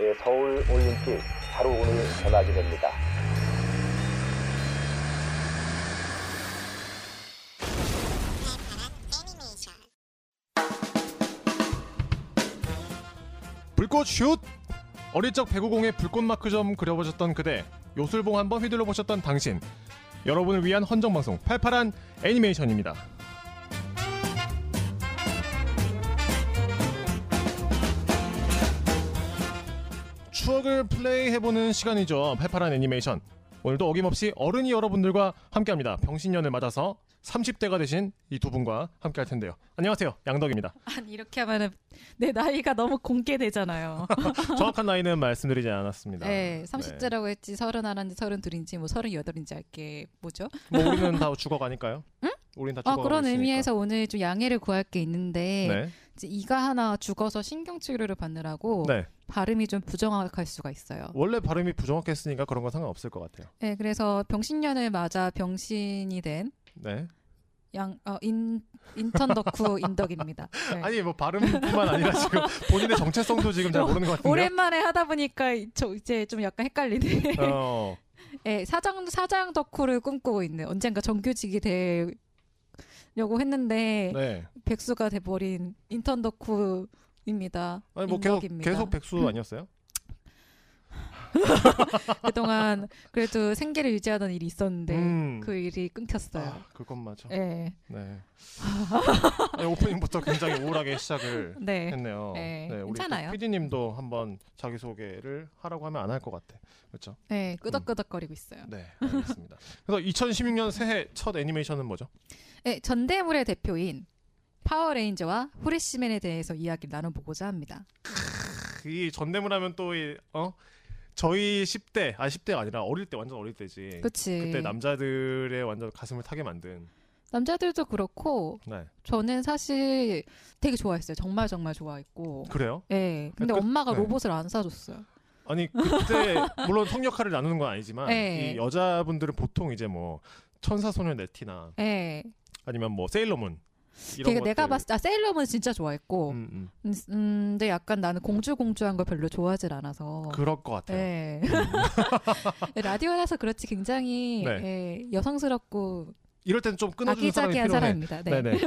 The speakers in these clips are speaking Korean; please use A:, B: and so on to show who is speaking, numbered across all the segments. A: 예, 서울 올림픽 바로 오늘 전하게 됩니다.
B: 불꽃 슛! 어릴 적 배구공에 불꽃 마크점 그려보셨던 그대, 요술봉 한번 휘둘러 보셨던 당신. 여러분을 위한 헌정 방송 팔팔한 애니메이션입니다. 추억을 플레이해보는 시간이죠. 팔팔한 애니메이션. 오늘도 어김없이 어른이 여러분들과 함께합니다. 병신년을 맞아서 30대가 되신 이 두 분과 함께할 텐데요. 안녕하세요, 양덕입니다.
C: 아니 이렇게 하면은 내 나이가 너무 공개되잖아요.
B: 정확한 나이는 말씀드리지 않았습니다.
C: 네, 30대라고 했지 서른 하나인지 서른 둘인지 뭐 서른 여덟인지 알게 뭐죠?
B: 뭐 우리는 다 죽어가니까요. 응? 우린 다
C: 아
B: 죽어가고
C: 그런
B: 있으니까.
C: 의미에서 오늘 좀 양해를 구할 게 있는데
B: 네.
C: 이제 이가 하나 죽어서 신경 치료를 받느라고
B: 네.
C: 발음이 좀 부정확할 수가 있어요.
B: 원래 발음이 부정확했으니까 그런 건 상관없을 것 같아요.
C: 네, 그래서 병신년을 맞아 병신이 된
B: 네.
C: 양, 어, 인, 인턴 덕후 인덕입니다. 네.
B: 아니 뭐 발음뿐만 아니라 지금 본인의 정체성도 지금 잘 모르는 것 같은데요.
C: 오랜만에 하다 보니까 이- 저 이제 좀 약간 헷갈리네.
B: 어.
C: 네, 사장 사장 덕후를 꿈꾸고 있는 언젠가 정규직이 되려고 했는데
B: 네.
C: 백수가 돼버린 인턴 덕후입니다.
B: 아니 뭐 계속
C: 인덕입니다. 네.
B: 계속 백수 아니었어요?
C: 그동안 그래도 생계를 유지하던 일이 있었는데
B: 음.
C: 그 일이 끊겼어요.
B: 아, 그건 맞아.
C: 예. 네.
B: 네. 아니, 오프닝부터 굉장히 우울하게 시작을
C: 네.
B: 했네요.
C: 네,
B: 우리
C: 괜찮아요.
B: PD님도 한번 자기 소개를 하라고 하면 안 할 것 같아. 그렇죠?
C: 네, 끄덕끄덕거리고 있어요.
B: 네, 알겠습니다. 그래서 2016년 새해 첫 애니메이션은 뭐죠?
C: 네, 전대물의 대표인 파워레인저와 후레시맨에 대해서 이야기를 나눠보고자 합니다.
B: 그 이 전대문 하면 또 이, 어? 저희 10대, 아 10대가 아니라 어릴 때 완전 어릴 때지.
C: 그치.
B: 때 네, 남자들의 완전 가슴을 타게 만든.
C: 남자들도 그렇고
B: 네.
C: 저는 사실 되게 좋아했어요. 정말 정말 좋아했고.
B: 그래요?
C: 예. 네, 근데
B: 그-
C: 엄마가
B: 네.
C: 로봇을 안 사줬어요.
B: 아니 그때 물론 성 역할을 나누는 건 아니지만
C: 네.
B: 이 여자분들은 보통 이제 뭐 천사 소녀 네티나
C: 예.
B: 아니면 뭐 세일러문 이런
C: 되게 내가
B: 것들.
C: 봤을 때 아, 세일러문 진짜 좋아했고.
B: 음, 음.
C: 음, 음, 근데 약간 나는 공주 공주한 걸 별로 좋아하질 않아서.
B: 그럴 것 같아요. 음.
C: 예. 라디오라서 그렇지 굉장히 예, 여성스럽고
B: 이럴 때는 좀 네. 끊어주는 사람이
C: 아기자기한
B: 필요해.
C: 사람입니다. 네.
B: 네네.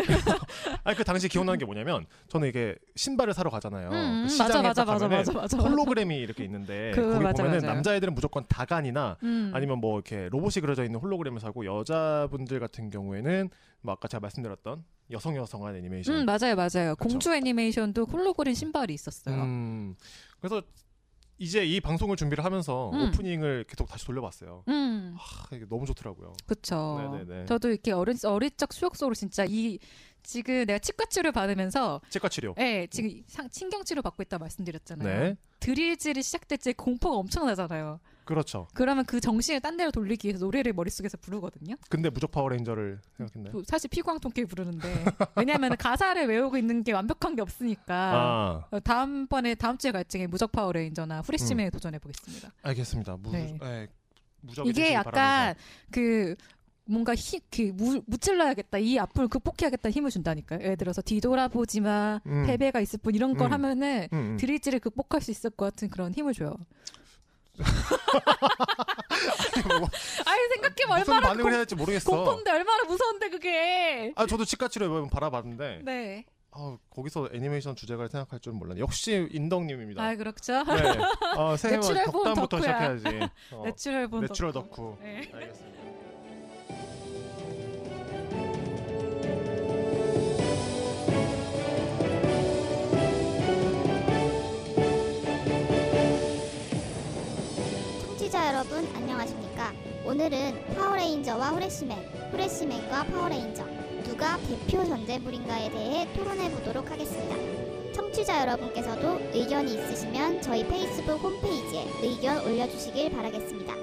B: 아니 그 당시 기억나는 게 뭐냐면 저는 이게 신발을 사러 가잖아요.
C: 음,
B: 그
C: 음,
B: 시장에
C: 맞아 맞아
B: 딱
C: 맞아
B: 가면은
C: 맞아 맞아.
B: 홀로그램이 이렇게 있는데
C: 그거
B: 거기
C: 맞아,
B: 보면은
C: 맞아요.
B: 남자애들은 무조건 다간이나
C: 음.
B: 아니면 뭐 이렇게 로봇이 그려져 있는 홀로그램을 사고 여자분들 같은 경우에는 뭐 아까 제가 말씀드렸던 여성 여성한 애니메이션.
C: 음 맞아요 맞아요.
B: 그쵸.
C: 공주 애니메이션도 홀로그램 신발이 있었어요.
B: 음, 그래서 이제 이 방송을 준비를 하면서
C: 음.
B: 오프닝을 계속 다시 돌려봤어요.
C: 음.
B: 아, 이게 너무 좋더라고요.
C: 그쵸.
B: 네네네.
C: 저도 이렇게 어릴, 어릴 적 추억 속으로 진짜 이 지금 내가 치과 치료 받으면서
B: 치과 치료.
C: 예, 지금 이 상, 신경 치료 받고 있다 말씀드렸잖아요.
B: 음. 네,
C: 드릴질이 시작될지 공포가 엄청나잖아요.
B: 그렇죠.
C: 그러면 그 정신을 딴 데로 돌리기 위해서 노래를 머릿속에서 부르거든요.
B: 근데 무적 파워레인저를 생각했나요?
C: 또 사실 피구왕통끼리 부르는데 왜냐하면 가사를 외우고 있는 게 완벽한 게 없으니까
B: 아,
C: 어, 다음번에 다음 주에 갈 적에 무적 파워레인저나
B: 음.
C: 후레시맨에 도전해 보겠습니다.
B: 알겠습니다. 무,
C: 네.
B: 네, 무적이
C: 이게
B: 되시길
C: 약간
B: 바라면서.
C: 그 뭔가 힘그 무찔러야겠다 이 아픔을 극복해야겠다 힘을 준다니까요. 예를 들어서 뒤돌아보지 마
B: 음.
C: 패배가 있을 뿐 이런 걸
B: 음.
C: 하면은
B: 음, 음.
C: 드릴지를 극복할 수 있을 것 같은 그런 힘을 줘요. 아니 생각해봐
B: 무슨
C: 얼마나
B: 반응을
C: 공,
B: 해야 할지 모르겠어.
C: 공포인데 얼마나 무서운데 그게.
B: 아 저도 치과 치료 이번 받아봤는데
C: 네.
B: 아, 거기서 애니메이션 주제가를 생각할 줄 몰랐네. 역시 인덕님입니다.
C: 아 그렇죠.
B: 네. 아, 새해
C: 내추럴 본
B: 덕담부터
C: 덕후야.
B: 시작해야지. 어,
C: 내추럴 본
B: 내추럴
C: 덕후.
B: 덕후.
C: 네.
B: 알겠습니다.
D: 청취자 여러분 안녕하십니까? 오늘은 파워레인저와 후레시맨, 후레시맨과 파워레인저 누가 대표 전제물인가에 대해 토론해 보도록 하겠습니다. 청취자 여러분께서도 의견이 있으시면 저희 페이스북 홈페이지에 의견 올려주시길 바라겠습니다.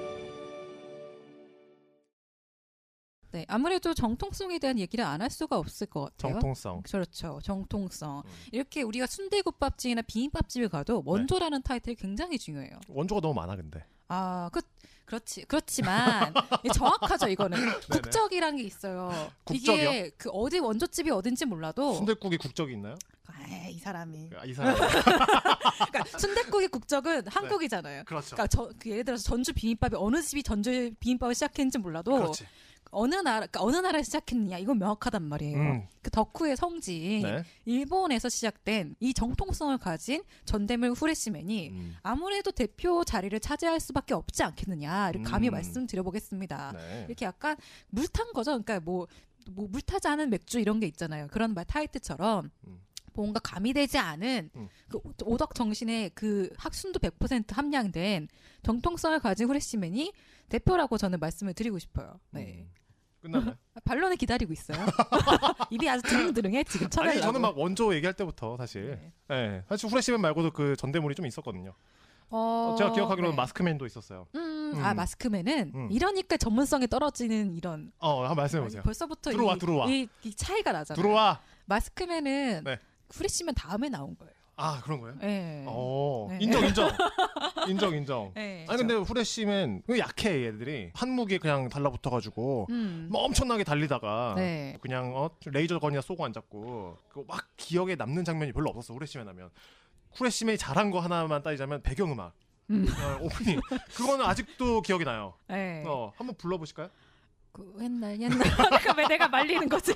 C: 네. 아무래도 정통성에 대한 얘기를 안 할 수가 없을 것 같아요.
B: 정통성.
C: 그렇죠. 정통성.
B: 음. 네.
C: 이렇게 우리가 순대국밥집이나 비빔밥집에 가도 원조라는 타이틀이 굉장히 중요해요.
B: 원조가 너무 많아 근데.
C: 아, 그, 그렇지 그렇지만 이게 정확하죠 이거는 국적이란 게 있어요.
B: 국적이요?
C: 이게 그 어디 원조집이 어딘지 몰라도
B: 순대국이 국적이 있나요?
C: 에이, 이 사람이
B: 아, 이 사람.
C: 그러니까 순대국의 국적은 한국이잖아요.
B: 네. 그렇죠.
C: 그러니까 저, 그 예를 들어서 전주 비빔밥이 어느 집이 전주 비빔밥을 시작했는지 몰라도
B: 그렇지.
C: 어느 나라 그러니까 어느 나라에서 시작했느냐 이건 명확하단 말이에요.
B: 음.
C: 그 덕후의 성지
B: 네.
C: 일본에서 시작된 이 정통성을 가진 전대물 후레시맨이
B: 음.
C: 아무래도 대표 자리를 차지할 수밖에 없지 않겠느냐 이렇게 감히
B: 음.
C: 말씀드려보겠습니다.
B: 네.
C: 아, 이렇게 약간 물탄 거죠. 그러니까 뭐, 뭐 물타지 않은 맥주 이런 게 있잖아요. 그런 말 타이트처럼
B: 음.
C: 뭔가 가미되지 않은
B: 음.
C: 그 오덕 정신의 그 학순도 100% 함량된 정통성을 가진 후레시맨이 대표라고 저는 말씀을 드리고 싶어요. 네. 아,
B: 음. 끝났나요?
C: 반론을 기다리고 있어요. 입이 아주 드릉드릉해 지금 쳐내려고.
B: 아니 저는 막 원조 얘기할 때부터 사실
C: 네.
B: 예, 사실 후레시맨 말고도 그 전대물이 좀 있었거든요.
C: 어,
B: 제가 기억하기로는
C: 네.
B: 마스크맨도 있었어요.
C: 음,
B: 음.
C: 아 마스크맨은
B: 음.
C: 이러니까 전문성이 떨어지는 이런
B: 어, 한번 말씀해
C: 아니,
B: 보세요.
C: 벌써부터
B: 들어와,
C: 이,
B: 들어와.
C: 이, 이 차이가 나잖아요.
B: 들어와.
C: 마스크맨은
B: 네.
C: 후레쉬맨 다음에 나온 거예요.
B: 아 그런 거예요?
C: 예.
B: 어,
C: 네.
B: 인정 인정 인정 인정.
C: 예.
B: 아니 근데 후레시맨 그 약해 얘들이 한무기 그냥 달라붙어가지고
C: 음.
B: 뭐 엄청나게 달리다가
C: 네.
B: 그냥 어 레이저 건이나 쏘고 앉았고 그거 막 기억에 남는 장면이 별로 없었어 후레시맨 하면 후레시맨이 잘한 거 하나만 따지자면 배경음악
C: 음.
B: 어, 오프닝 그거는 아직도 기억이 나요.
C: 예.
B: 어 한번 불러보실까요?
C: 그 옛날 옛날 그러니까 왜 내가 말리는 거지?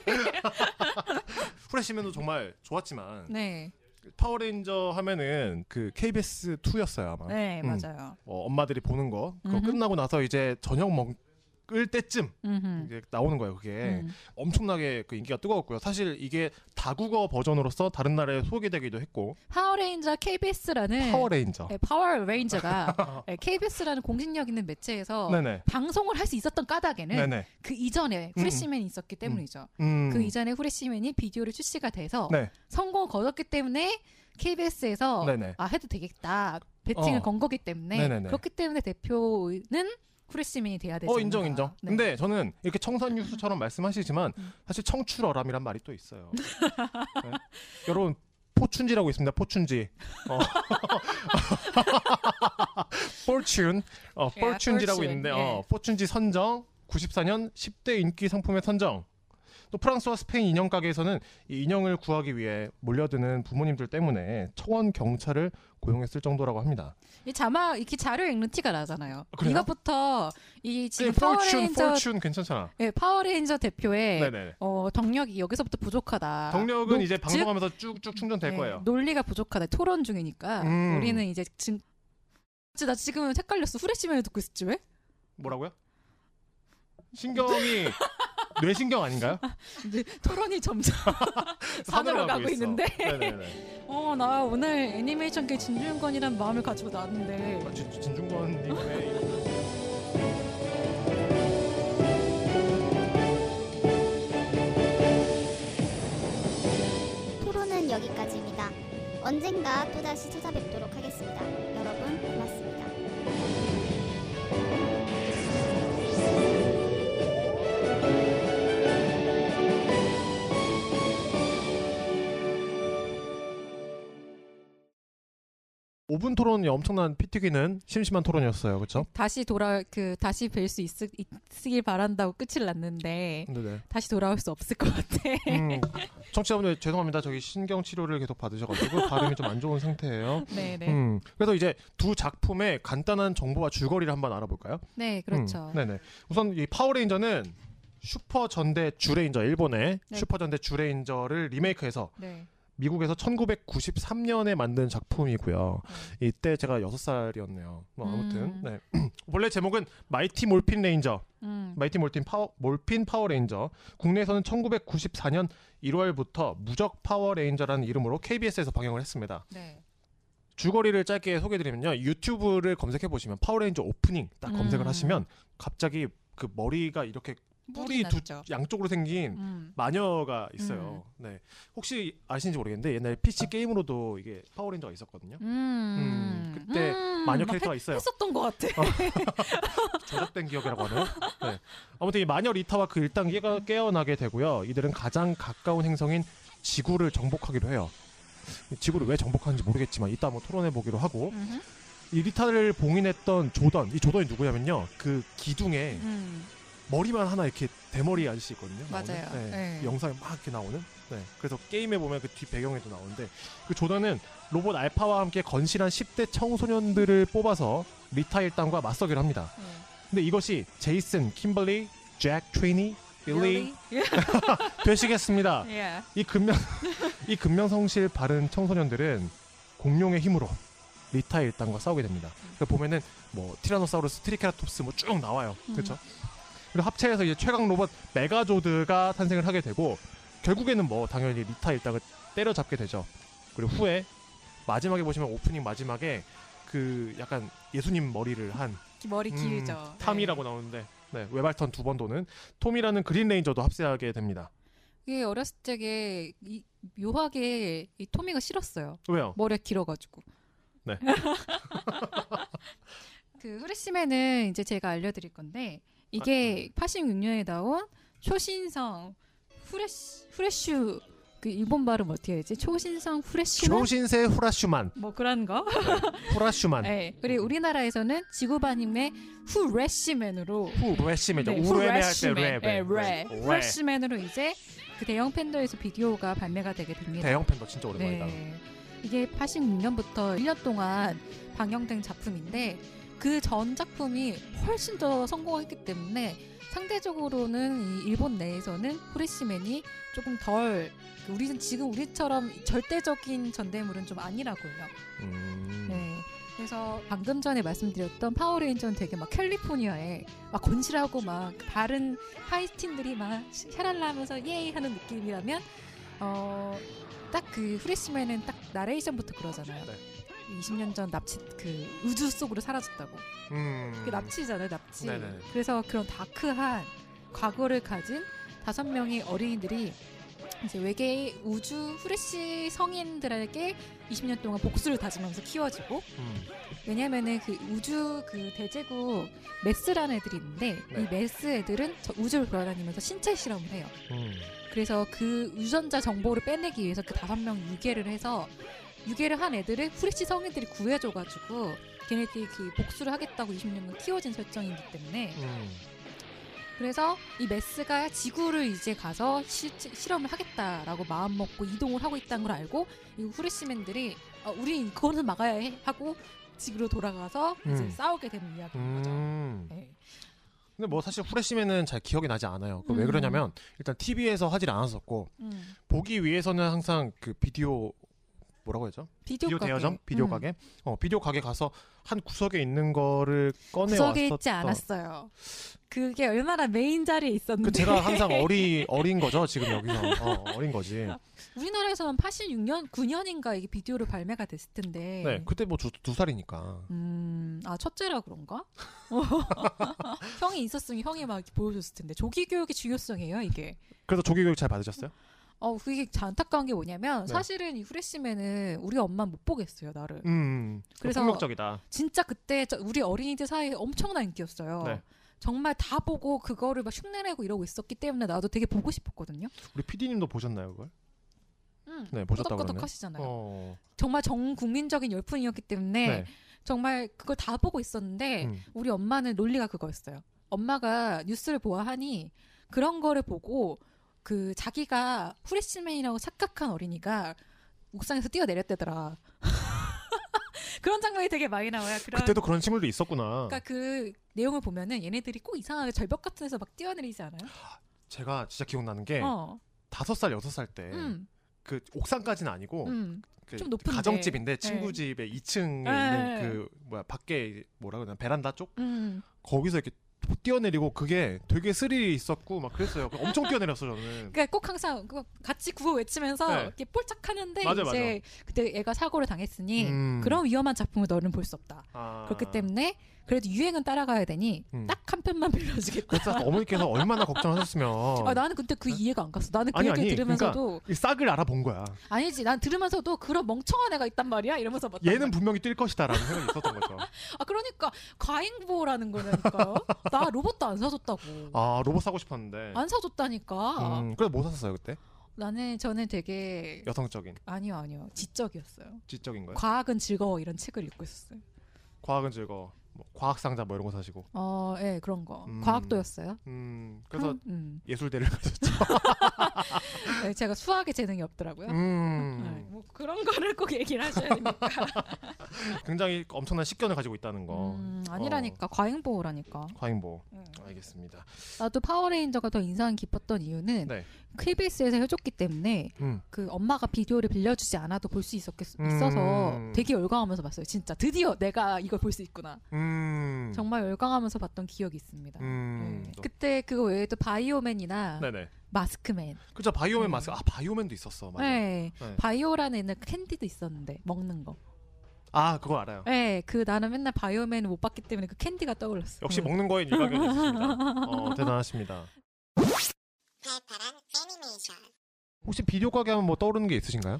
B: 후레시맨도 정말 좋았지만 그
C: 네.
B: 파워레인저 하면은 그 KBS 2였어요 아마.
C: 네,
B: 음.
C: 맞아요.
B: 어, 엄마들이 보는 거 그거
C: 음흠.
B: 끝나고 나서 이제 저녁 먹을 때쯤
C: 음흠.
B: 이제 나오는 거예요 그게
C: 음.
B: 엄청나게 그 인기가 뜨거웠고요 사실 이게 다국어 버전으로서 다른 나라에 소개되기도 했고
C: 파워레인저 KBS라는
B: 파워레인저
C: 예, 파워레인저가 예, KBS라는 공신력 있는 매체에서
B: 네네
C: 방송을 할 수 있었던 까닭에는
B: 네네
C: 그 이전에 후레쉬맨이 있었기 때문이죠.
B: 음.
C: 그 이전에 후레쉬맨이 비디오를 출시가 돼서
B: 네
C: 성공을 거뒀기 때문에 KBS에서
B: 네네
C: 아 해도 되겠다 배팅을
B: 어.
C: 건 거기 때문에
B: 네네네.
C: 그렇기 때문에 대표는 후레시민이 돼야 되지
B: 어 인정
C: 않나.
B: 인정
C: 네.
B: 근데 저는 이렇게 청산 뉴스처럼 말씀하시지만
C: 음.
B: 사실 청출어람이란 말이 또 있어요 네. 여러분 포춘지라고 있습니다 포춘지 어. 포춘 어
C: 예,
B: 포춘지라고
C: 포춘,
B: 있는데
C: 예.
B: 어 포춘지 선정 94년 10대 인기 상품의 선정 또 프랑스와 스페인 인형 가게에서는 이 인형을 구하기 위해 몰려드는 부모님들 때문에 청원 경찰을 고용했을 정도라고 합니다.
C: 이 자막 이렇게 자료 읽는 티가 나잖아요.
B: 그래요? 그
C: 이것부터 이 지금
B: 네, 포춘
C: 파워레인저
B: 포춘 괜찮잖아.
C: 예, 파워레인저 대표의
B: 네네.
C: 어 덕력이 여기서부터 부족하다.
B: 동력은
C: 노-
B: 이제
C: 즉,
B: 방송하면서 쭉쭉 충전될
C: 예,
B: 거예요.
C: 논리가 부족하다. 토론 중이니까
B: 음.
C: 우리는 이제 지금 나 지금 헷갈렸어. 후레시맨을 듣고 있었지 왜?
B: 뭐라고요? 신경이 뇌신경 아닌가요?
C: 근데 토론이 점점 산으로 가고
B: 있어.
C: 있는데.
B: 네네네.
C: 어 나 오늘 애니메이션계 진중권이란 마음을 가지고 나왔는데
B: 아, 진- 진중권님의
D: 토론은 여기까지입니다. 언젠가 또다시 찾아뵙도록 하겠습니다. 여러분 고맙습니다.
B: 오분 토론이 엄청난 피튀기는 심심한 토론이었어요. 그렇죠?
C: 다시 돌아 그 다시 뵐 수 있으길 바란다고 끝을 났는데
B: 네네.
C: 다시 돌아올 수 없을 것 같아.
B: 음, 청취자분들 죄송합니다. 저기 신경 치료를 계속 받으셔가지고 발음이 좀 안 좋은 상태예요.
C: 네네.
B: 음, 그래서 이제 두 작품의 간단한 정보와 줄거리를 한번 알아볼까요?
C: 네 그렇죠.
B: 음, 네네. 우선 이 파워레인저는 슈퍼 전대 주레인저 일본의
C: 네.
B: 슈퍼 전대 주레인저를 리메이크해서
C: 네.
B: 미국에서 1993년에 만든 작품이고요. 이때 제가 6살이었네요. 뭐 아무튼
C: 음.
B: 네. 원래 제목은 마이티 몰핀 레인저,
C: 음.
B: 마이티 몰핀 파워 몰핀 파워레인저. 국내에서는 1994년 1월부터 무적 파워레인저라는 이름으로 KBS에서 방영을 했습니다.
C: 네.
B: 줄거리를 짧게 소개드리면요 유튜브를 검색해 보시면 파워레인저 오프닝 딱 검색을
C: 음.
B: 하시면 갑자기 그 머리가 이렇게 뿔이 두
C: 났죠.
B: 양쪽으로 생긴
C: 음.
B: 마녀가 있어요. 네 혹시 아시는지 모르겠는데 옛날에 PC 게임으로도 이게 파워레인저가 있었거든요.
C: 음.
B: 음, 그때
C: 음,
B: 마녀
C: 막
B: 캐릭터가
C: 했-
B: 있어요.
C: 했었던 것 같아.
B: 저작된 기억이라고 하나요? 네. 아무튼 이 마녀 리타와 그 일당 깨가 깨어나게 되고요. 이들은 가장 가까운 행성인 지구를 정복하기로 해요. 이 지구를 왜 정복하는지 모르겠지만 이따 한번 토론해 보기로 하고
C: 음흠.
B: 이리타를 봉인했던 조던 이 조던이 누구냐면요 그 기둥에
C: 음,
B: 머리만 하나 이렇게 대머리 아저씨 있거든요. 나오는.
C: 맞아요.
B: 네.
C: 네.
B: 영상에 막 이렇게 나오는. 네. 그래서 게임에 보면 그 뒷 배경에도 나오는데 그 조던은 로봇 알파와 함께 건실한 10대 청소년들을 뽑아서 리타 일당과 맞서기로 합니다.
C: 음.
B: 근데 이것이 제이슨, 킴벌리, 잭, 트리니, 빌리 아. 되시겠습니다.
C: Yeah.
B: 이 근면 이 근면성실 바른 청소년들은 공룡의 힘으로 리타 일당과 싸우게 됩니다. 그 보면은 뭐 티라노사우루스, 트리케라톱스 뭐 쭉 나와요.
C: 음.
B: 그렇죠? 그리고 합체해서 이제 최강 로봇 메가조드가 탄생을 하게 되고 결국에는 뭐 당연히 리타 일당을 때려잡게 되죠. 그리고 후에 마지막에 보시면 오프닝 마지막에 그 약간 예수님 머리를 한
C: 그 기- 머리
B: 음,
C: 길죠.
B: 탐이라고
C: 네.
B: 나오는데 네, 외발턴 두 번 도는 톰이라는 그린 레인저도 합세하게 됩니다.
C: 이게 어렸을 적에 이, 묘하게 이 토미가 싫었어요.
B: 왜요?
C: 머리가 길어가지고.
B: 네.
C: 그 후레시맨은 이제 제가 알려드릴 건데
B: 아, 네.
C: 이게 86년에 나온 초신성 후레시 후레슈 그 일본 발음 어떻게 해야지? 초신성 후레슈
B: 쇼신세 아, 후라슈만
C: 뭐 그런 거?
B: 후라슈만
C: 네. 그리고 우리나라에는 지구반임의 후레시맨으로
B: 후레시맨
C: 네,
B: 우레메 할때
C: 후레시맨.
B: 레
C: 네, 레.
B: 레.
C: 후레시맨으로 이제 그 대형 팬더에서 비디오가 판매가 되게 됩니다.
B: 대형 팬더 진짜 오랜만이다
C: 네. 이게 86년부터 1년 동안 방영된 작품인데 그 전 작품이 훨씬 더 성공했기 때문에 상대적으로는 이 일본 내에서는 후레시맨이 조금 덜 우리는 지금 우리처럼 절대적인 전대물은 좀 아니라고요.
B: 음.
C: 네. 그래서 방금 전에 말씀드렸던 파워레인저는 되게 막 캘리포니아에 막 건실하고 막 바른 하이틴들이 막 샤랄라 하면서 예이 하는 느낌이라면 어, 딱 그 후레시맨은 딱 나레이션부터 그러잖아요.
B: 네.
C: 20년 전 납치 그 우주 속으로 사라졌다고.
B: 음.
C: 그게 납치잖아요, 납치.
B: 네네네.
C: 그래서 그런 다크한 과거를 가진 다섯 명의 어린이들이 이제 외계 우주 후레시 성인들에게 20년 동안 복수를 다지면서 키워지고
B: 음.
C: 왜냐면은 그 우주 그 대제국 메스라는 애들이 있는데 이
B: 네.
C: 메스 애들은 저 우주를 돌아다니면서 신체 실험을 해요.
B: 음.
C: 그래서 그 유전자 정보를 빼내기 위해서 그 다섯 명 유괴를 해서 유괴를 한 애들을 후레쉬 성인들이 구해줘가지고 걔네들이 그 복수를 하겠다고 20년간 키워진 설정이기 때문에
B: 음.
C: 그래서 이 메스가 지구를 이제 가서 시- 실험을 하겠다라고 마음먹고 이동을 하고 있다는 걸 알고 이 후레시맨들이 어, 우리 그거는 막아야 해 하고 지구로 돌아가서 이제
B: 음.
C: 싸우게 되는 이야기인 거죠.
B: 음.
C: 네.
B: 근데 뭐 사실 후레시맨은 잘 기억이 나지 않아요. 그왜
C: 음.
B: 그러냐면 일단 TV에서 하질 않았었고 보기 위해서는 항상 그 비디오 뭐라고 해죠?
C: 비디오,
B: 비디오
C: 가게.
B: 대여점, 비디오
C: 음.
B: 가게, 어 비디오 가게 가서 한 구석에 있는 거를 꺼내
C: 구석에
B: 왔었던.
C: 있지 않았어요. 그게 얼마나 메인 자리에 있었는데
B: 그 제가 항상 어리 어린 거죠 지금 여기서 어, 어린 거지.
C: 우리나라에서는 86년 9년인가 이게 비디오로 발매가 됐을 텐데.
B: 네, 그때 뭐 두 살이니까.
C: 음, 아, 첫째라 그런가? 형이 있었으면 형이 막 이렇게 보여줬을 텐데. 조기 교육의 중요성이에요, 이게.
B: 그래서 조기 교육 잘 받으셨어요?
C: 어, 그게 참 안타까운 게 뭐냐면,
B: 네.
C: 사실은 이 후레시맨은 우리 엄마 못 보겠어요, 나를.
B: 음.
C: 그래서-
B: 폭력적이다.
C: 진짜 그때 저- 우리 어린이들 사이에 엄청난 인기였어요.
B: 네.
C: 정말 다 보고 그거를 막 흉내내고 이러고 있었기 때문에 나도 되게 보고 싶었거든요.
B: 우리 PD님도 보셨나요 그걸?
C: 음,
B: 네, 보셨다고
C: 끄덕끄덕
B: 그러네요.
C: 하시잖아요.
B: 어.
C: 정말 전 국민적인 열풍이었기 때문에
B: 네.
C: 정말 그걸 다 보고 있었는데
B: 음.
C: 우리 엄마는 논리가 그거였어요. 엄마가 뉴스를 보아하니 그런 거를 보고 그 자기가 후레시맨이라고 착각한 어린이가 옥상에서 뛰어내렸대더라. 그런 장면이 되게 많이 나와요. 그런
B: 그때도 그런 친구들이 있었구나.
C: 그러니까 그 내용을 보면은 얘네들이 꼭 이상하게 절벽 같은 데서 막 뛰어내리지 않아요?
B: 제가 진짜 기억나는 게
C: 어.
B: 다섯 살 여섯 살 때 그
C: 음.
B: 옥상까지는 아니고
C: 음.
B: 그
C: 좀 높은데.
B: 가정집인데 친구 집에 2층에
C: 네.
B: 있는 그 뭐야 밖에 뭐라 그러나 베란다 쪽
C: 음.
B: 거기서 이렇게 뛰어내리고 그게 되게 스릴이 있었고 막 그랬어요. 그 엄청 뛰어내렸어 저는.
C: 그러니까 꼭 항상 그거 같이 구호 외치면서
B: 네.
C: 이렇게 폴짝하는데
B: 맞아,
C: 이제 그때 애가 사고를 당했으니
B: 음.
C: 예, 그런 위험한 작품을 너는 볼 수 없다.
B: 아.
C: 그렇기 때문에 그래도 유행은 따라가야 되니
B: 음.
C: 딱 한 편만 빌려주겠다.
B: 그래서 어머니께서 얼마나 걱정하셨으면
C: 아, 나는 근데 그 이해가 안 갔어. 나는 그
B: 어. 네? 아니, 그러니까
C: 얘기 를
B: 아니,
C: 들으면서도
B: 이 싹을 알아본 거야.
C: 아니지. 난 들으면서도 그런 멍청한 애가 있단 말이야. 이러면서 봤단
B: 얘는
C: 말이야.
B: 분명히 뛸 것이다라는 생각이 있었던 거죠.
C: 아 그러니까 과잉보호라는 거라니까요. 나 로봇도 안 사줬다고.
B: 아 로봇 사고 싶었는데.
C: 안 사줬다니까.
B: 음, 그래서 못 샀었어요 그때.
C: 나는 저는 되게
B: 여성적인,
C: 아니요 아니요 지적이었어요.
B: 지적인 거요.
C: 과학은 즐거워 이런 책을 읽고 있었어요.
B: 과학은 즐거워. 뭐 과학 상자 뭐 이런 거 사시고.
C: 어, 예, 그런 거.
B: 음.
C: 과학도였어요.
B: 음. 그래서
C: 한- 음.
B: 예술대를 가셨죠.
C: 네, 제가 수학에 재능이 없더라고요. 네,
B: 음.
C: 뭐 그런 거를 꼭 얘기를 하셔야 됩니까?
B: 굉장히 엄청난 식견을 가지고 있다는 거. 어.
C: 음, 아니라니까 과잉 보호라니까.
B: 과잉보.
C: 음.
B: 알겠습니다.
C: 나도 파워레인저가 더 인상 깊었던 이유는
B: 네.
C: KBS에서 해줬기 때문에
B: 음.
C: 그 엄마가 비디오를 빌려주지 않아도 볼 수 있었겠 있어서
B: 음.
C: 되게 열광하면서 봤어요. 진짜 드디어 내가 이걸 볼 수 있구나.
B: 음.
C: 정말 열광하면서 봤던 기억이 있습니다.
B: 음.
C: 네. 그때 그거 외에도 바이오맨이나
B: 네네.
C: 마스크맨,
B: 그죠 바이오맨
C: 음.
B: 마스크. 아 바이오맨도 있었어. 맞아.
C: 네.
B: 네.
C: 바이오라는 옛날 캔디도 있었는데 먹는 거.
B: 아 그거 알아요.
C: 네, 그 나는 맨날 바이오맨을 못 봤기 때문에 그 캔디가 떠올랐어.
B: 역시 먹는 거에 일가견이 있습니다. 어, 대단하십니다.
D: 발파랑 애니메이션
B: 혹시 비디오 가게 하면 뭐 떠오르는 게 있으신가요?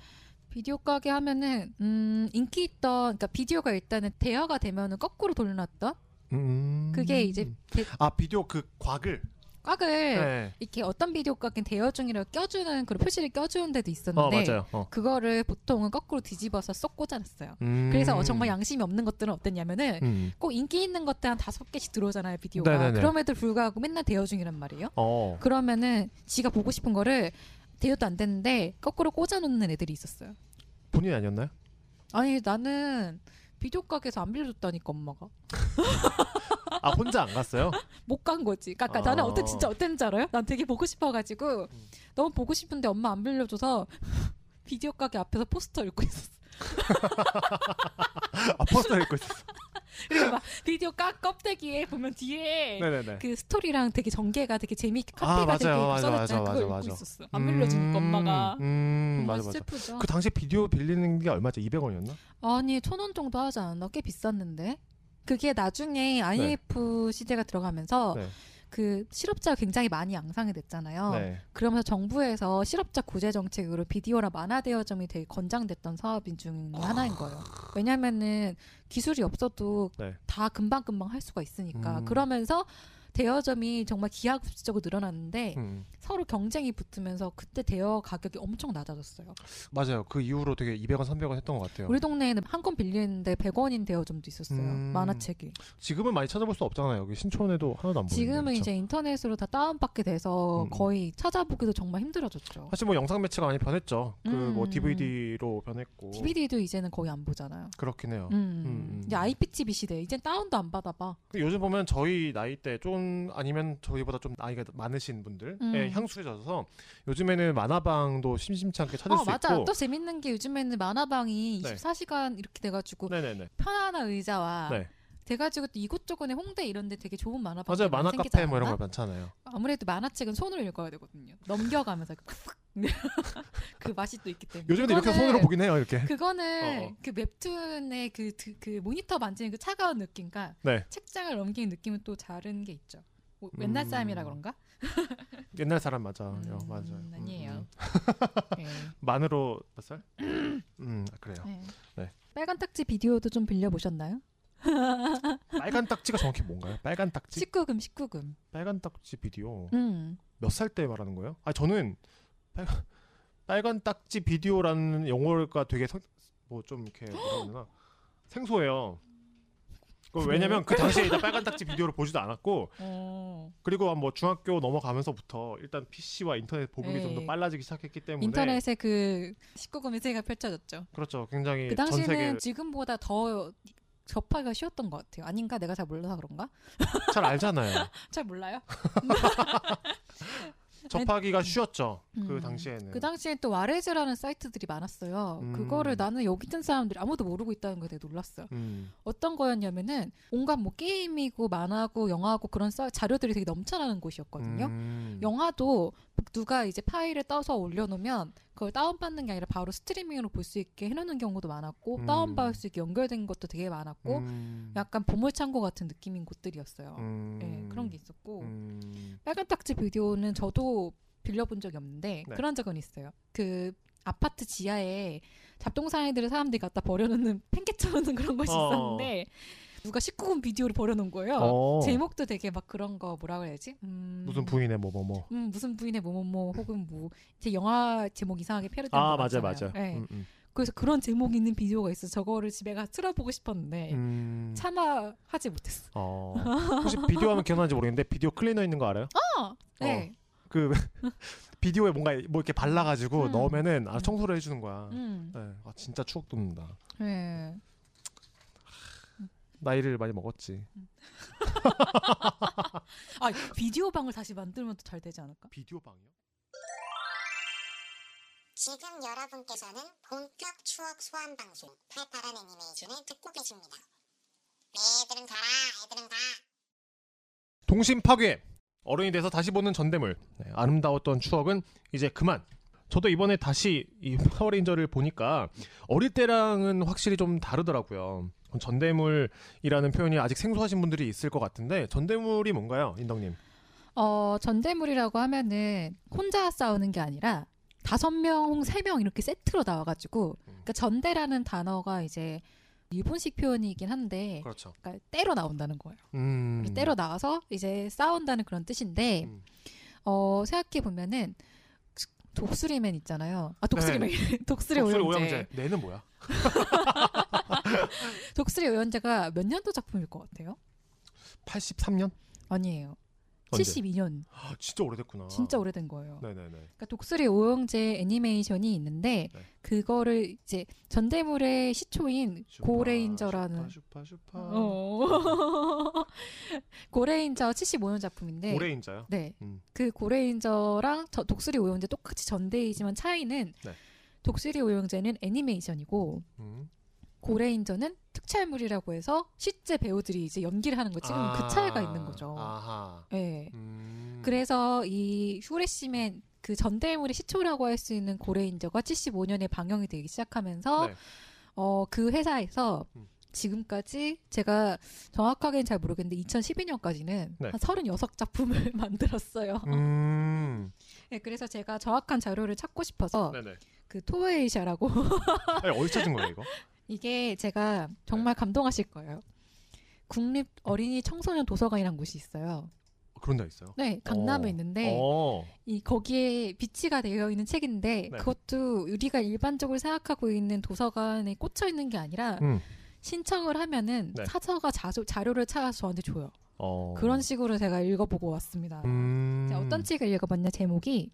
C: 비디오 가게 하면은 음, 인기 있던 그러니까 비디오가 일단은 대여가 되면은 거꾸로 돌려놨던
B: 음.
C: 그게 이제 대- 예.
B: 아 비디오 그 곽을.
C: 꽉을
B: 네.
C: 이렇게 어떤 비디오 가게 대여 중이라고 껴주는 그런 표시를 껴주는 데도
B: 어
C: 있었는데
B: 맞아요. 어.
C: 그거를 보통은 거꾸로 뒤집어서 쏙 꽂아놨어요.
B: 음.
C: 그래서 어, 정말 양심이 없는 것들은 어땠냐면은
B: 음.
C: 꼭 인기 있는 것들 한 다섯 개씩 들어오잖아요 비디오가
B: 네네네.
C: 그럼에도 불구하고 맨날 대여 중이란 말이에요.
B: 어.
C: 그러면은 지가 보고 싶은 거를 대여도 안 되는데 거꾸로 꽂아놓는 애들이 있었어요.
B: 본인 이 아니었나요?
C: 아니 나는 비디오 가게에서 안 빌려줬다니까 엄마가
B: 아 혼자 안 갔어요?
C: 못 간 거지. 그러니까
B: 아.
C: 나는 어때 진짜 어땠는지 알아요? 난 되게 보고 싶어가지고
B: 음.
C: 너무 보고 싶은데 엄마 안 빌려줘서 비디오 가게 앞에서 포스터 읽고 있었어.
B: 아 포스터 읽고 있었어.
C: 그리고 막 비디오 가 껍데기에 보면 뒤에
B: 네네네.
C: 그 스토리랑 되게 전개가 되게 재미있게
B: 아,
C: 카피가 되게
B: 맞아요, 맞아요,
C: 써졌잖아요.
B: 맞아요,
C: 그걸 읽고
B: 맞아요.
C: 있었어. 안 빌려주니까
B: 음,
C: 엄마가
B: 음
C: 정말
B: 맞아 맞아.
C: 슬프죠.
B: 그 당시 비디오 빌리는 게 얼마죠? 200원이었나?
C: 아니 천 원 정도 하지 않았나? 꽤 비쌌는데. 그게 나중에 IF 시대가 들어가면서
B: 네.
C: 그 실업자가 굉장히 많이 양상이 됐잖아요.
B: 네.
C: 그러면서 정부에서 실업자 구제 정책으로 비디오나 만화 대여점이 되게 건장됐던 사업인 중 하나인 거예요. 왜냐면은 기술이 없어도
B: 네.
C: 다 금방금방 할 수가 있으니까.
B: 음.
C: 그러면서 대여점이 정말 기하급수적으로 늘어났는데
B: 음.
C: 서로 경쟁이 붙으면서 그때 대여 가격이 엄청 낮아졌어요.
B: 맞아요. 그 이후로 되게 200원, 300원 했던 것 같아요.
C: 우리 동네에는 한 권 빌리는데 100원인 대여점도 있었어요.
B: 음.
C: 만화책이.
B: 지금은 많이 찾아볼 수 없잖아요. 여기 신촌에도 하나도 안 보이는데.
C: 지금은
B: 그쵸?
C: 이제 인터넷으로 다 다운받게 돼서
B: 음.
C: 거의 찾아보기도 정말 힘들어졌죠.
B: 사실 뭐 영상 매체가 많이 변했죠. 그 뭐
C: 음.
B: DVD로 변했고
C: DVD도 이제는 거의 안 보잖아요.
B: 그렇긴 해요. 음,
C: 음.
B: 음.
C: 이제 IPTV 시대. 이젠 다운도 안 받아봐.
B: 근데 그 요즘 보면 저희 나이 때 좀 아니면 저희보다 좀 나이가 많으신 분들의 예,
C: 음.
B: 향수에 젖어서 요즘에는 만화방도 심심치 않게 찾을
C: 어,
B: 수
C: 맞아.
B: 있고.
C: 또 재밌는 게 요즘에는 만화방이
B: 네.
C: 24시간 이렇게 돼가지고
B: 네네네.
C: 편안한 의자와
B: 네.
C: 돼가지고 또 이곳저곳에 홍대 이런데 되게 좋은 만화방
B: 맞아요. 만화 카페 뭐 이런 거 많잖아요.
C: 아무래도 만화책은 손으로 읽어야 되거든요. 넘겨가면서 이렇게 콱. 그 맛이 또 있기 때문에.
B: 요즘에도 이렇게 손으로 보긴 해요. 이렇게.
C: 그거는
B: 어, 어.
C: 그 웹툰의 그, 드- 그 모니터 만지는 그 차가운 느낌과
B: 네.
C: 책장을 넘기는 느낌은 또 다른 게 있죠. 뭐,
B: 음.
C: 옛날 사람이라 그런가?
B: 옛날 사람 맞아요.
C: 음,
B: 맞아요. 음,
C: 아니에요.
B: 음.
C: 네.
B: 만으로 몇 살? 음 그래요.
C: 네.
B: 네.
C: 빨간 딱지 비디오도 좀 빌려 보셨나요?
B: 빨간 딱지가 정확히 뭔가요? 빨간 딱지?
C: 19금 19금.
B: 빨간 딱지 비디오.
C: 음.
B: 몇 살 때 말하는 거예요? 아 저는 빨간, 빨간 딱지 비디오라는 용어가 되게 뭐 좀 이렇게 뭐라 해야 되나 생소해요. 그
C: 그래요?
B: 왜냐면 그 당시에 일단 빨간 딱지 비디오를 보지도 않았고
C: 어.
B: 그리고 뭐 중학교 넘어가면서부터 일단 PC와 인터넷 보급이 좀 더
C: 네.
B: 빨라지기 시작했기 때문에
C: 인터넷에 그 19금의 세계가 펼쳐졌죠.
B: 그렇죠 굉장히
C: 그
B: 전
C: 당시에는
B: 세계
C: 지금보다 더 접하기가 쉬웠던 것 같아요. 아닌가? 내가 잘 몰라서 그런가?
B: 잘 알잖아요
C: 잘 몰라요.
B: 접하기가 쉬웠죠 그
C: 음.
B: 당시에는
C: 그 당시에 또 와레즈라는 사이트들이 많았어요.
B: 음.
C: 그거를 나는 여기 있는 사람들이 아무도 모르고 있다는 거에 되게 놀랐어요.
B: 음.
C: 어떤 거였냐면은 온갖 뭐 게임이고 만화고 영화고 그런 사- 자료들이 되게 넘쳐나는 곳이었거든요.
B: 음.
C: 영화도 누가 이제 파일을 떠서 올려놓으면 그걸 다운받는 게 아니라 바로 스트리밍으로 볼 수 있게 해놓는 경우도 많았고
B: 음.
C: 다운받을 수 있게 연결된 것도 되게 많았고
B: 음.
C: 약간 보물창고 같은 느낌인 곳들이었어요.
B: 음.
C: 예, 그런 게 있었고
B: 음.
C: 빨간 딱지 비디오는 저도 빌려본 적이 없는데
B: 네.
C: 그런 적은 있어요. 그 아파트 지하에 잡동사니들을 사람들이 갖다 버려놓는 팽개쳐놓는 그런 것이
B: 어.
C: 있었는데 누가 19금 비디오를 버려놓은 거예요.
B: 어.
C: 제목도 되게 막 그런 거 뭐라 그래야지? 음,
B: 무슨 부인의 뭐뭐뭐
C: 음, 무슨 부인의 뭐뭐뭐 혹은 뭐 이제 영화 제목 이상하게 패러디.
B: 아 맞아요 맞아요.
C: 네.
B: 음, 음.
C: 그래서 그런 제목이 있는 비디오가 있어. 저거를 집에 가 틀어보고 싶었는데
B: 음.
C: 차마 하지 못했어.
B: 어. 혹시 비디오 하면 기억나는지 모르겠는데 비디오 클리너 있는 거 알아요?
C: 네.
B: 그 비디오에 뭔가 뭐 이렇게 발라가지고
C: 음.
B: 넣으면은 아,
C: 음.
B: 청소를 해주는 거야.
C: 음.
B: 네. 아, 진짜 추억 돋는다.
C: 네.
B: 나이를 많이 먹었지.
C: 아 비디오 방을 다시 만들면 또 잘 되지 않을까?
B: 비디오 방이요?
E: 지금 여러분께서는 본격 추억 소환 방송 팔팔한 애니메이션을 듣고 계십니다. 네, 애들은 가라, 애들은 가.
B: 동심 파괴. 어른이 돼서 다시 보는 전대물. 네, 아름다웠던 추억은 이제 그만. 저도 이번에 다시 이 파워레인저를 보니까 어릴 때랑은 확실히 좀 다르더라고요. 전대물이라는 표현이 아직 생소하신 분들이 있을 것 같은데 전대물이 뭔가요, 인덕님?
C: 어 전대물이라고 하면은 혼자 싸우는 게 아니라 다섯 명, 혹은 세명 이렇게 세트로 나와가지고
B: 음.
C: 그러니까 전대라는 단어가 이제 일본식 표현이긴 한데
B: 그렇죠.
C: 그러니까 때로 나온다는 거예요.
B: 음.
C: 이렇게 그 때로 나와서 이제 싸운다는 그런 뜻인데
B: 음.
C: 어 생각해 보면은 독수리맨 있잖아요. 아 독수리맨, 독수리,
B: 독수리
C: 오영재.
B: 오영재. 내는 뭐야?
C: 독수리 오영재가 몇 년도 작품일 것 같아요?
B: 83년?
C: 아니에요.
B: 언제?
C: 72년.
B: 아, 진짜 오래됐구나.
C: 진짜 오래된 거예요.
B: 네네네.
C: 그러니까 독수리 오영재 애니메이션이 있는데
B: 네.
C: 그거를 이제 전대물의 시초인
B: 슈파,
C: 고레인저라는
B: 슈파 슈파.
C: 어. 고레인저 75년 작품인데
B: 고레인자요?
C: 네.
B: 음.
C: 그 고레인저랑 저- 독수리 오영재 똑같이 전대이지만 차이는
B: 네.
C: 독수리 오영재는 애니메이션이고
B: 음.
C: 고레인저는 특촬물이라고 해서 실제 배우들이 이제 연기를 하는 거 지금 그 차이가 있는 거죠.
B: 아. 아하.
C: 예.
B: 음.
C: 그래서 이 후레시맨 그 전대물의 시초라고 할 수 있는 고레인저가 75년에 방영이 되기 시작하면서
B: 네.
C: 어, 그 회사에서
B: 음.
C: 지금까지 제가 정확하게는 잘 모르겠는데 2012년까지는
B: 네.
C: 한 36작품을 만들었어요.
B: 음.
C: 네, 그래서 제가 정확한 자료를 찾고 싶어서
B: 네네.
C: 그 토웨이샤라고
B: 아니, 어디 찾은 거예요, 이거?
C: 이게 제가 정말
B: 네.
C: 감동하실 거예요. 국립 어린이 청소년 도서관이라는 곳이 있어요.
B: 어, 그런 데 있어요.
C: 네, 강남에
B: 어.
C: 있는데
B: 어.
C: 이 거기에 비치가 되어 있는 책인데
B: 네.
C: 그것도 우리가 일반적으로 생각하고 있는 도서관에 꽂혀 있는 게 아니라
B: 음.
C: 신청을 하면은
B: 네.
C: 사서가 자소, 자료를 찾아서 저한테 줘요.
B: 어.
C: 그런 식으로 제가 읽어보고 왔습니다.
B: 음.
C: 제가 어떤 책을 읽어봤냐 제목이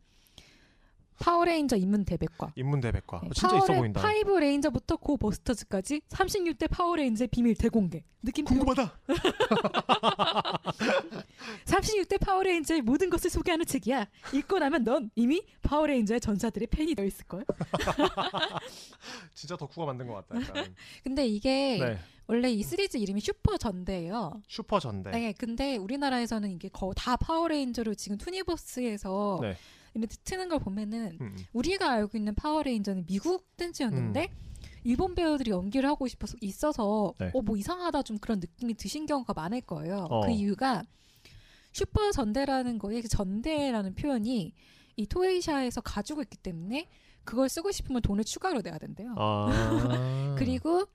C: 파워레인저 인문 대백과.
B: 인문대백과.
C: 네,
B: 어, 진짜 있어
C: 파워레-
B: 보인다.
C: 파이브 레인저부터 고 버스터즈까지 36대 파워레인저의 비밀 대공개. 느낌
B: 궁금하다.
C: 36대 파워레인저의 모든 것을 소개하는 책이야. 읽고 나면 넌 이미 파워레인저의 전사들의 팬이 되어 있을 걸.
B: 진짜 덕후가 만든 것 같다. 약간.
C: 근데 이게
B: 네.
C: 원래 이 시리즈 이름이 슈퍼 전대예요.
B: 슈퍼 전대.
C: 네. 근데 우리나라에서는 이게 거, 다 파워레인저로 지금 투니버스에서
B: 네.
C: 이렇게 트는 걸 보면은
B: 음.
C: 우리가 알고 있는 파워레인저는 미국 댄스였는데 일본 배우들이 연기를 하고 싶어서 있어서
B: 음. 네.
C: 어 뭐 이상하다 좀 그런 느낌이 드신 경우가 많을 거예요.
B: 어.
C: 그 이유가 슈퍼 전대라는 거에 그 전대라는 표현이 이 토에이샤에서 가지고 있기 때문에 그걸 쓰고 싶으면 돈을 추가로 내야 된대요.
B: 아.
C: 그리고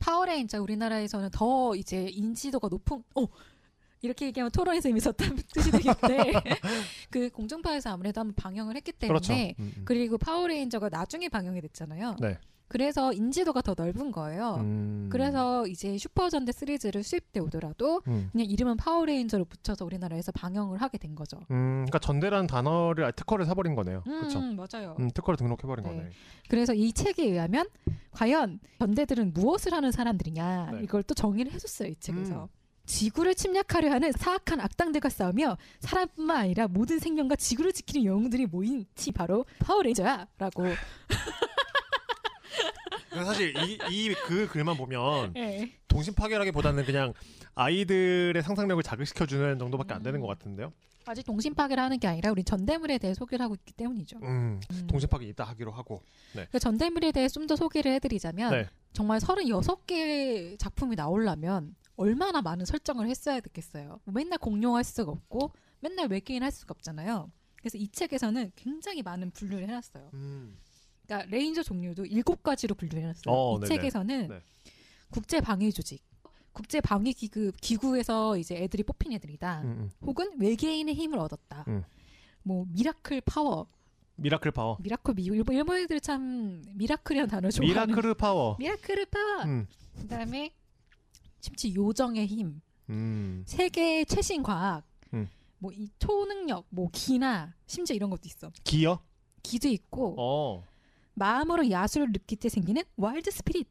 C: 파워레인저 우리나라에서는 더 이제 인지도가 높은 어 이렇게 얘기하면 토론에서 이미 썼다는 뜻이 되겠는데 그 공중파에서 아무래도 한번 방영을 했기 때문에
B: 그렇죠. 음, 음.
C: 그리고 파워레인저가 나중에 방영이 됐잖아요.
B: 네.
C: 그래서 인지도가 더 넓은 거예요.
B: 음.
C: 그래서 이제 슈퍼전대 시리즈를 수입돼 오더라도
B: 음.
C: 그냥 이름은 파워레인저로 붙여서 우리나라에서 방영을 하게 된 거죠.
B: 음, 그러니까 전대라는 단어를 아예 특허를 사버린 거네요.
C: 음,
B: 그렇죠.
C: 맞아요.
B: 음, 특허를 등록해버린
C: 네.
B: 거네.
C: 그래서 이 책에 의하면 과연 전대들은 무엇을 하는 사람들이냐
B: 네.
C: 이걸 또 정의를 해줬어요 이 책에서.
B: 음.
C: 지구를 침략하려 하는 사악한 악당들과 싸우며 사람뿐만 아니라 모든 생명과 지구를 지키는 영웅들이 모인 티 바로 파워레인저야라고.
B: 근데 사실 이 이 그 글만 보면
C: 예.
B: 동심 파괴라기보다는 그냥 아이들의 상상력을 자극시켜주는 정도밖에 안 되는 것 같은데요.
C: 아직 동심 파괴를 하는 게 아니라 우리 전대물에 대해 소개를 하고 있기 때문이죠.
B: 음,
C: 음.
B: 동심 파괴 이따 하기로 하고.
C: 그 전대물에 대해 좀 더 소개를 해드리자면
B: 네.
C: 정말 36개의 작품이 나오려면 얼마나 많은 설정을 했어야 됐겠어요. 뭐 맨날 공룡할 수가 없고 맨날 외계인 할 수가 없잖아요. 그래서 이 책에서는 굉장히 많은 분류를 해놨어요.
B: 음.
C: 그러니까 레인저 종류도 일곱 가지로 분류를 해놨어요.
B: 어,
C: 이
B: 네네.
C: 책에서는
B: 네.
C: 국제 방위 조직, 국제 방위 기구 기구에서 이제 애들이 뽑힌 애들이다.
B: 음, 음.
C: 혹은 외계인의 힘을 얻었다.
B: 음.
C: 뭐 미라클 파워,
B: 미라클 파워.
C: 미라클 미 일본 일본 애들이 참 미라클이라는 단어 좋아하는
B: 미라클 파워.
C: 미라클 파워
B: 음.
C: 그다음에 심지 요정의 힘
B: 음.
C: 세계 최신 과학
B: 음.
C: 뭐 이 초능력 뭐 기나 심지어 이런 것도 있어
B: 기어?
C: 기도 있고
B: 어.
C: 마음으로 야수를 느낄 때 생기는 와일드 스피릿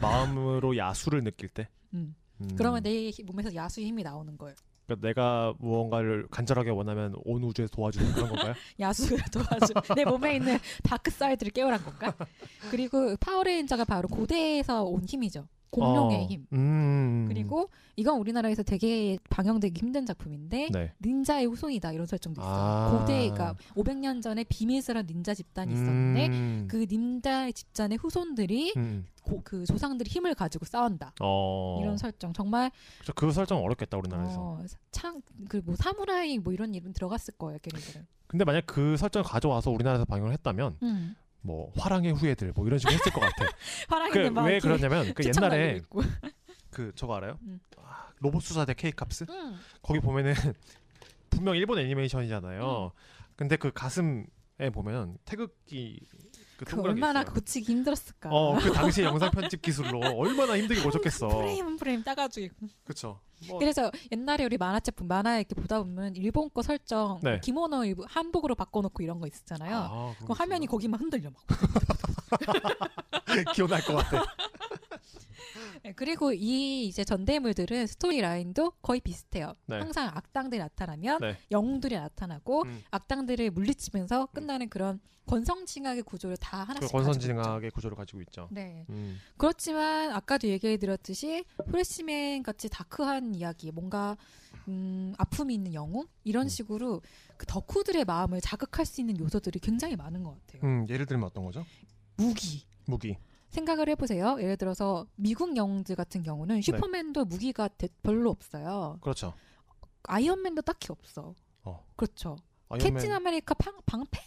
B: 마음으로 야수를 느낄 때.
C: 음.
B: 음.
C: 그러면 내 히- 몸에서 야수의 힘이 나오는 거예요
B: 그러니까 내가 무언가를 간절하게 원하면 온 우주에서 도와주는 그런 건가요?
C: 야수가 도와줘. 내 몸에 있는 다크 사이드를 깨우란 건가? 그리고 파워레인저가 바로 고대에서 온 힘이죠. 공룡의
B: 어.
C: 힘.
B: 음.
C: 그리고 이건 우리나라에서 되게 방영되기 힘든 작품인데
B: 네.
C: 닌자의 후손이다 이런 설정도 있어요.
B: 아.
C: 고대 그러니까 500년 전에 비밀스러운 닌자 집단이 있었는데
B: 음.
C: 그 닌자 집단의 후손들이
B: 음.
C: 고- 그 조상들이 힘을 가지고 싸운다.
B: 어.
C: 이런 설정 정말
B: 저 그 설정 어렵겠다 우리나라에서.
C: 창그뭐 사무라이 뭐 이런 이름 들어갔을 거예요 걔네들은.
B: 근데 만약 그 설정 가져와서 우리나라에서 방영을 했다면
C: 음.
B: 뭐 화랑의 후예들 뭐 이런 식으로 했을 것 같아.
C: 화랑이
B: 그 왜 그러냐면 그 옛날에
C: 있고.
B: 그 저거 알아요?
C: 음.
B: 아, 로봇 수사대 케이캅스
C: 음.
B: 거기 보면은 분명 일본 애니메이션이잖아요.
C: 음.
B: 근데 그 가슴에 보면 태극기 그
C: 그
B: 동그란 게
C: 얼마나
B: 있어요.
C: 고치기 힘들었을까.
B: 어, 그 당시 영상 편집 기술로 얼마나 힘들게 고쳤겠어.
C: 그 프레임 한 프레임 따가지고.
B: 그쵸. 뭐,
C: 그래서 옛날에 우리 만화책 보- 만화 이렇게 보다 보면 일본 거 설정 뭐
B: 네.
C: 기모노 일부- 한복으로 바꿔놓고 이런 거 있었잖아요.
B: 아, 그런
C: 그
B: 거
C: 화면이
B: 있구나.
C: 거기만 흔들려 막.
B: 기억날 것 같아.
C: 네, 그리고 이 이제 전대물들은 스토리 라인도 거의 비슷해요.
B: 네.
C: 항상 악당들이 나타나면
B: 네.
C: 영웅들이 나타나고
B: 음.
C: 악당들을 물리치면서 끝나는 그런 권성징악의 구조를 다
B: 그
C: 하나씩 가지고 있죠.
B: 권선징악의 구조를 가지고 있죠.
C: 네.
B: 음.
C: 그렇지만 아까도 얘기해 드렸듯이 프레시맨 같이 다크한 이야기 뭔가 음, 아픔이 있는 영웅 이런
B: 음.
C: 식으로 그 덕후들의 마음을 자극할 수 있는 요소들이 굉장히 많은 것 같아요.
B: 음, 예를 들면 어떤 거죠?
C: 무기
B: 무기.
C: 생각을 해보세요. 예를 들어서 미국 영웅들 같은 경우는
B: 네.
C: 슈퍼맨도 무기가 대- 별로 없어요.
B: 그렇죠.
C: 아이언맨도 딱히 없어.
B: 어.
C: 그렇죠.
B: 아이언맨
C: 캡틴 아메리카 방, 방패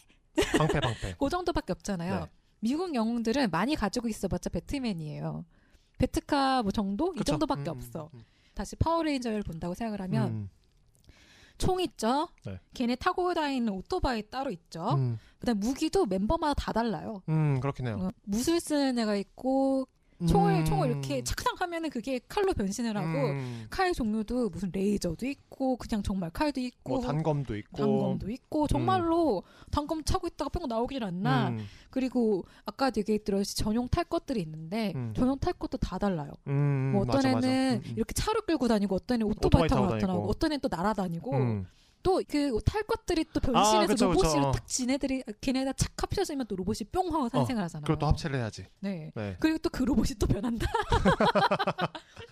B: 방패 방패.
C: 그 정도밖에 없잖아요.
B: 네.
C: 미국 영웅들은 많이 가지고 있어봤자 배트맨이에요. 배트카 뭐 정도 이
B: 그쵸?
C: 정도밖에
B: 음,
C: 없어.
B: 음, 음.
C: 다시 파워레인저를 본다고 생각을 하면
B: 음,
C: 총 있죠.
B: 네.
C: 걔네 타고 다니는 오토바이 따로 있죠.
B: 음,
C: 그다음 무기도 멤버마다 다 달라요.
B: 음, 그렇긴 해요.
C: 어, 무술 쓰는 애가 있고 총을
B: 음.
C: 총을 이렇게 착상하면은 그게 칼로 변신을 하고
B: 음.
C: 칼 종류도 무슨 레이저도 있고 그냥 정말 칼도 있고
B: 뭐 단검도 있고
C: 단검도 있고 정말로 단검 차고 있다가 뿅 나오길 않나.
B: 음,
C: 그리고 아까 얘기했듯이 전용 탈 것들이 있는데
B: 음.
C: 전용 탈 것도 다 달라요.
B: 음,
C: 뭐 어떤
B: 맞아, 맞아.
C: 애는
B: 음, 음.
C: 이렇게 차로 끌고 다니고 어떤 애는
B: 오토바이
C: 오토바이 타고
B: 타고
C: 나타나고
B: 다니고.
C: 어떤 애는 또 날아다니고
B: 음.
C: 또 그 탈 것들이 또 변신해서
B: 아, 그쵸,
C: 로봇으로
B: 그쵸. 어,
C: 딱 지네들이 걔네가 착 합쳐지면 또 로봇이 뿅 하고 탄생을 하잖아요.
B: 그걸 또 합체를 해야지.
C: 네.
B: 네.
C: 그리고 또 그 로봇이 또 변한다.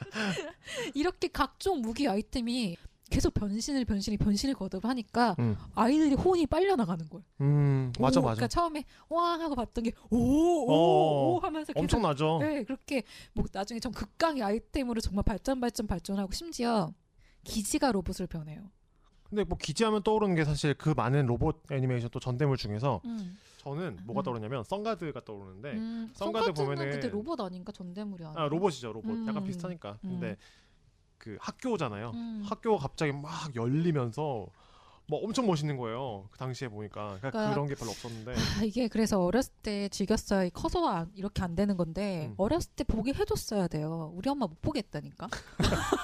C: 이렇게 각종 무기 아이템이 계속 변신을 변신이 변신을 거듭하니까
B: 음.
C: 아이들이 혼이 빨려 나가는 거예요.
B: 음, 맞아
C: 오,
B: 맞아.
C: 그 그러니까 처음에 와 하고 봤던 게오오오
B: 어,
C: 하면서 계속
B: 엄청나죠.
C: 네, 그렇게 뭐 나중에 전 극강의 아이템으로 정말 발전 발전 발전하고 심지어 기지가 로봇을 변해요.
B: 근데 뭐 기지하면 떠오르는 게 사실 그 많은 로봇 애니메이션 또 전대물 중에서
C: 음.
B: 저는 뭐가
C: 음.
B: 떠오르냐면 썬가드가 떠오르는데
C: 음,
B: 네, 성가대
C: 성가대는
B: 보면은-
C: 그때 로봇 아닌가 전대물이 아니야.
B: 아 로봇이죠 로봇 약간
C: 음.
B: 비슷하니까 근데
C: 음.
B: 그 학교잖아요
C: 음.
B: 학교가 갑자기 막 열리면서 뭐 엄청 멋있는 거예요 그 당시에 보니까 그러니까
C: 그러니까-
B: 그런 게 별로 없었는데
C: 아, 이게 그래서 어렸을 때 즐겼어야 커서 안- 이렇게 안 되는 건데
B: 음.
C: 어렸을 때 보게 해줬어야 돼요. 우리 엄마 못 보게 했다니까.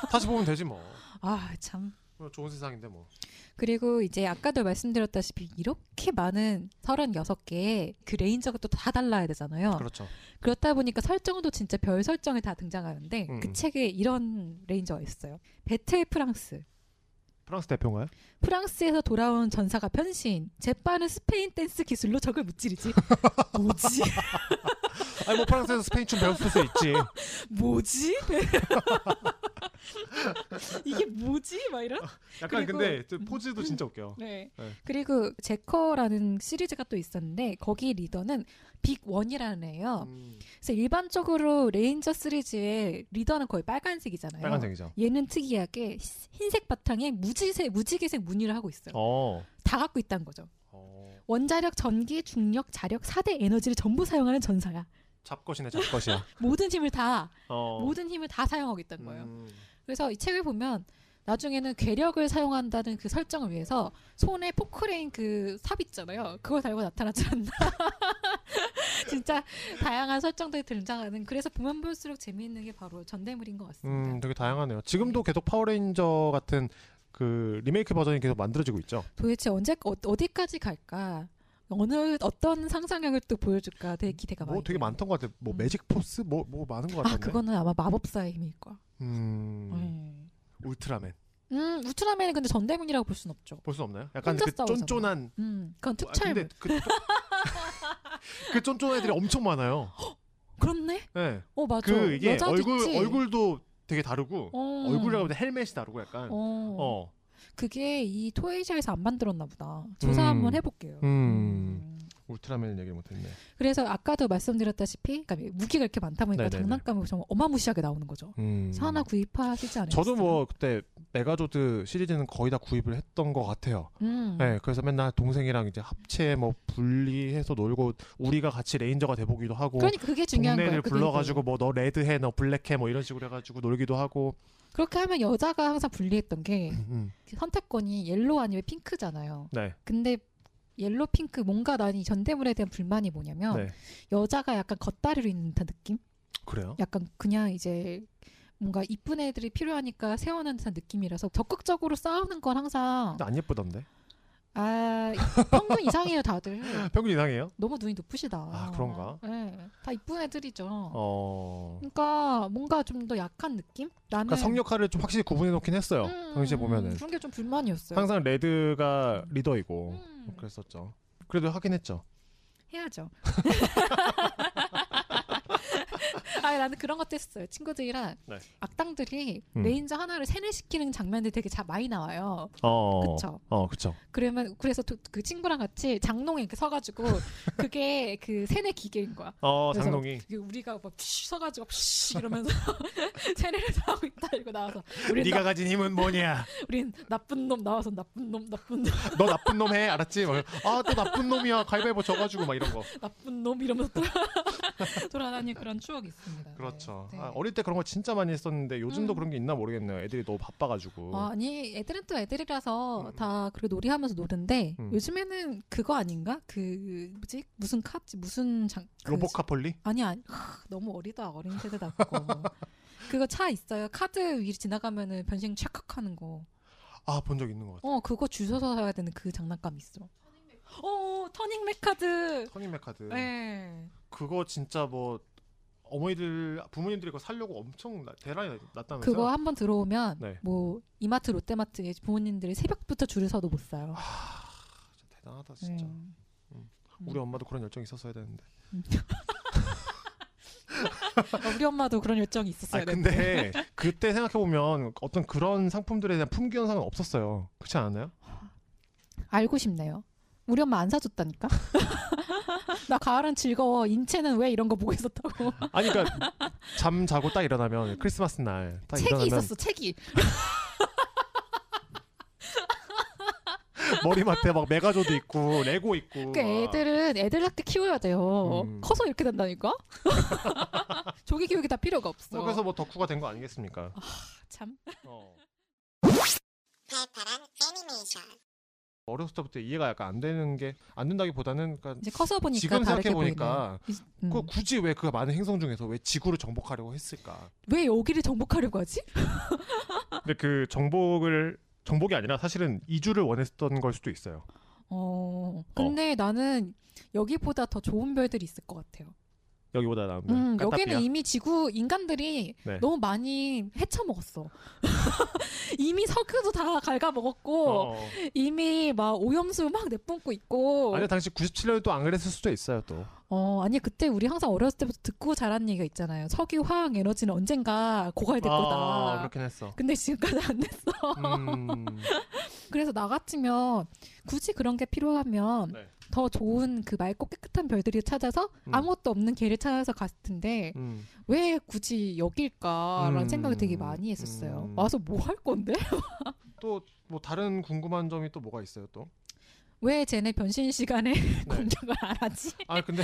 B: 다시 보면 되지 뭐
C: 아 참.
B: 좋은 세상인데 뭐
C: 그리고 이제 아까도 말씀드렸다시피 이렇게 많은 36개의 그 레인저가 또 다 달라야 되잖아요.
B: 그렇죠
C: 그렇다 보니까 설정도 진짜 별 설정이 다 등장하는데
B: 음.
C: 그 책에 이런 레인저가 있어요. 배틀 프랑스.
B: 프랑스 대표인가요?
C: 프랑스에서 돌아온 전사가 변신. 제빠는 스페인 댄스 기술로 적을 무찌르지. 뭐지?
B: 아니 뭐 프랑스에서 스페인 춤 배웠을 수 있지
C: 뭐지? 이게 뭐지? 막 이런.
B: 약간
C: 그리고-
B: 근데 저 포즈도 진짜 웃겨요
C: 어. 네.
B: 네.
C: 그리고 제커라는 시리즈가 또 있었는데 거기 리더는 빅 원이라는 애예요.
B: 음,
C: 그래서 일반적으로 레인저 시리즈의 리더는 거의 빨간색이잖아요.
B: 빨간색이죠
C: 얘는 특이하게 흰색 바탕에 무지색 무지개색 무늬를 하고 있어요.
B: 어,
C: 다 갖고 있다는 거죠.
B: 어
C: 원자력, 전기, 중력, 자력 4대 에너지를 전부 사용하는 전사야.
B: 잡것이네 잡것이야
C: 모든 힘을 다
B: 어.
C: 모든 힘을 다 사용하고 있다는 뭐 거예요.
B: 음.
C: 그래서 이 책을 보면 나중에는 괴력을 사용한다는 그 설정을 위해서 손에 포크레인 그 삽 있잖아요. 그걸 달고 나타나지 않나. 진짜 다양한 설정들이 등장하는 그래서 보면 볼수록 재미있는 게 바로 전대물인 것 같습니다.
B: 음, 되게 다양하네요. 지금도 계속 파워레인저 같은 그 리메이크 버전이 계속 만들어지고 있죠.
C: 도대체 언제 어, 어디까지 갈까? 어느 어떤 상상력을 또 보여줄까? 되게 기대가
B: 뭐
C: 그러니까 많이.
B: 되게
C: 돼요.
B: 많던 것 같아요. 뭐
C: 음.
B: 매직 포스 뭐 뭐 많은 것 같은데.
C: 아 그거는 아마 마법사의 힘일 거야.
B: 음,
C: 네.
B: 울트라맨
C: 음, 우트라맨은 근데 전대문이라고 볼 순 없죠.
B: 볼 수 없나요? 약간
C: 혼자
B: 그
C: 싸우잖아.
B: 쫀쫀한
C: 음, 그건
B: 아,
C: 특촬.
B: 근데 그, 쫀- 그 쫀쫀한 애들이 엄청 많아요.
C: 그렇네.
B: 네.
C: 어 맞아.
B: 그 이게
C: 여자도
B: 얼굴
C: 있지?
B: 얼굴도 되게 다르고
C: 어.
B: 얼굴이라고 하면 헬멧이 다르고 약간 어.
C: 어. 그게 이 토에이시아에서 안 만들었나 보다. 조사
B: 음.
C: 한번 해볼게요.
B: 음. 울트라맨 얘기 못했네.
C: 그래서 아까도 말씀드렸다시피 그러니까 무기가 이렇게 많다 보니까
B: 네네네.
C: 장난감이 정말 어마무시하게 나오는 거죠.
B: 음.
C: 그래서 하나 구입하시지 않으셨어요?
B: 저도 뭐 그때 메가조드 시리즈는 거의 다 구입을 했던 것 같아요.
C: 음.
B: 네, 그래서 맨날 동생이랑 이제 합체 뭐 분리해서 놀고 우리가 같이 레인저가 돼보기도 하고
C: 그러니까 그게 중요한 거예요.
B: 동네를
C: 그게
B: 불러가지고 뭐 너 레드해 너 블랙해 뭐 이런 식으로 해가지고 놀기도 하고
C: 이제. 그렇게 하면 여자가 항상 불리했던 게
B: 음, 음.
C: 선택권이 옐로 아니면 핑크잖아요.
B: 네,
C: 근데 옐로 핑크 뭔가 난이 전대물에 대한 불만이 뭐냐면
B: 네
C: 여자가 약간 겉다리로 있는 듯한 느낌?
B: 그래요.
C: 약간 그냥 이제 뭔가 이쁜 애들이 필요하니까 세우는 듯한 느낌이라서 적극적으로 싸우는 건 항상
B: 근데 안 예쁘던데
C: 아 평균 이상이에요 다들
B: 평균 이상이에요.
C: 너무 눈이 높으시다
B: 아, 그런가?
C: 네, 다 이쁜 애들이죠
B: 어,
C: 그러니까 뭔가 좀 더 약한 느낌? 나는
B: 그러니까 성역화를 좀 확실히 구분해 놓긴 했어요.
C: 네. 음,
B: 당시에
C: 음,
B: 보면은
C: 그런 게 좀 불만이었어요
B: 항상 레드가 리더이고
C: 음,
B: 뭐 그랬었죠. 그래도 하긴 했죠.
C: 해야죠 아 나는 그런 것도 했어요 친구들이랑
B: 네.
C: 악당들이
B: 음.
C: 레인저 하나를 세뇌시키는 장면들이 되게 자, 많이 나와요
B: 어,
C: 그쵸?
B: 어, 그쵸.
C: 그러면 그래서 도- 그 친구랑 같이 장롱에 이렇게 서가지고 그게 그 세뇌 기계인 거야.
B: 어,
C: 그래서
B: 장동이.
C: 그게 우리가 막 피쉬 서가지고 피쉬 이러면서 세뇌를 당하고 있다 이러고 나와서 우린
B: 네가
C: 나,
B: 가진 힘은 뭐냐?
C: 우린 나쁜 놈 나와서 나쁜 놈 나쁜 놈
B: 너 나쁜 놈 해, 알았지? 아또 나쁜 놈이야, 가위바위보 져가지고 막 이런 거.
C: 나쁜 놈 이러면서 돌아, 돌아다니는 그런 추억이 있습니다. 네,
B: 그렇죠.
C: 네.
B: 아, 어릴 때 그런 거 진짜 많이 했었는데 요즘도
C: 음.
B: 그런 게 있나 모르겠네요. 애들이 너무 바빠가지고.
C: 아, 아니 애들은 또 애들이라서
B: 음.
C: 다 그렇게 놀이하면서 노는데
B: 음.
C: 요즘에는 그거 아닌가 그 뭐지 무슨 카 무슨 장 그-
B: 로보카폴리?
C: 아니 아니 하, 너무 어리다 어린 세대답고 그거 차 있어요 카드 위로 지나가면은 변신 착각 하는 거어 어,
B: 아 본 적 있는 것 같아.
C: 그거 주워서 사야 되는 그 장난감 있어 어 어, 터닝 메카드
B: 터닝 메카드.
C: 네.
B: 그거 진짜 뭐 어머니들 부모님들이 그거 살려고 엄청 나- 대란이 났- 났다면서요?
C: 그거 한번 들어오면
B: 네.
C: 뭐 이마트 롯데마트에 부모님들이 새벽부터 줄을 서도 못 사요
B: 진짜 대단하다 아, 진짜.
C: 네.
B: 우리 엄마도 그런 열정이 있었어야 되는데.
C: 어, 우리 엄마도 그런 열정이
B: 아
C: 있었어요
B: 근데 그때 생각해 보면 어떤 그런 상품들에 대한 품귀 현상은 없었어요. 그렇지 않아요?
C: 알고 싶네요 우리 엄마 안 사줬다니까 나 가을은 즐거워 인체는 왜 이런 거 보고 있었다고
B: 아니 그러니까 잠 자고 딱 일어나면 크리스마스 날딱
C: 책이
B: 일어나면
C: 있었어 책이
B: 머리맡에 막 메가조도 있고 레고 있고.
C: 그
B: 막.
C: 애들은 애들 학교 키워야 돼요.
B: 음.
C: 커서 이렇게 된다니까? 조기 교육이 다 필요가 없어.
B: 뭐 그래서 뭐 덕후가 된 거 아니겠습니까?
C: 참.
B: 어.
E: 발팔한 애니메이션
B: 어렸을 때부터 이해가 약간 안 되는 게 안 된다기보다는 그러니까
C: 이제 커서 보니까
B: 지금
C: 다르게
B: 생각해
C: 보이네.
B: 보니까
C: 이- 음.
B: 그 굳이 왜 그 많은 행성 중에서 왜 지구를 정복하려고 했을까?
C: 왜 여기를 정복하려고 하지?
B: 근데 그 정복을 정복이 아니라 사실은 이주를 원했던 걸 수도 있어요.
C: 어. 근데 나는 여기보다 더 좋은 별들이 있을 것 같아요.
B: 여기보다 나은 별.
C: 음,
B: 네, 까따삐아.
C: 여기는 이미 지구 인간들이
B: 네.
C: 너무 많이 헤쳐 먹었어. 이미 석유도 다 갉아 먹었고
B: 어, 어.
C: 이미 막 오염수 막 내뿜고 있고.
B: 아니 당시 97년에도 안 그랬을 수도 있어요 또.
C: 어, 아니, 그때 우리 항상 어렸을 때부터 듣고 자란 얘기가 있잖아요. 석유, 화학, 에너지는 언젠가 고갈될
B: 아,
C: 거다.
B: 그렇긴 했어.
C: 근데 지금까지 안 됐어.
B: 음,
C: 그래서 나 같으면 굳이 그런 게 필요하면
B: 네.
C: 더 좋은 그 맑고 깨끗한 별들을 찾아서
B: 음.
C: 아무것도 없는 개를 찾아서 갔을 텐데
B: 음.
C: 왜 굳이 여길까라는
B: 음.
C: 생각을 되게 많이 했었어요.
B: 음.
C: 와서 뭐 할 건데?
B: 또뭐 다른 궁금한 점이 또 뭐가 있어요 또?
C: 왜 쟤네 변신 시간에
B: 네.
C: 공격을 안 하지?
B: 아 근데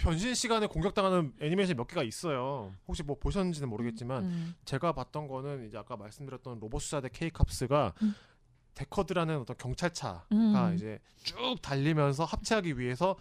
B: 변신 시간에 공격당하는 애니메이션 몇 개가 있어요. 혹시 뭐 보셨는지는 모르겠지만
C: 음.
B: 제가 봤던 거는 이제 아까 말씀드렸던 로봇 수사대 케이캅스가
C: 음.
B: 데커드라는 어떤 경찰차가
C: 음.
B: 이제 쭉 달리면서 합체하기 위해서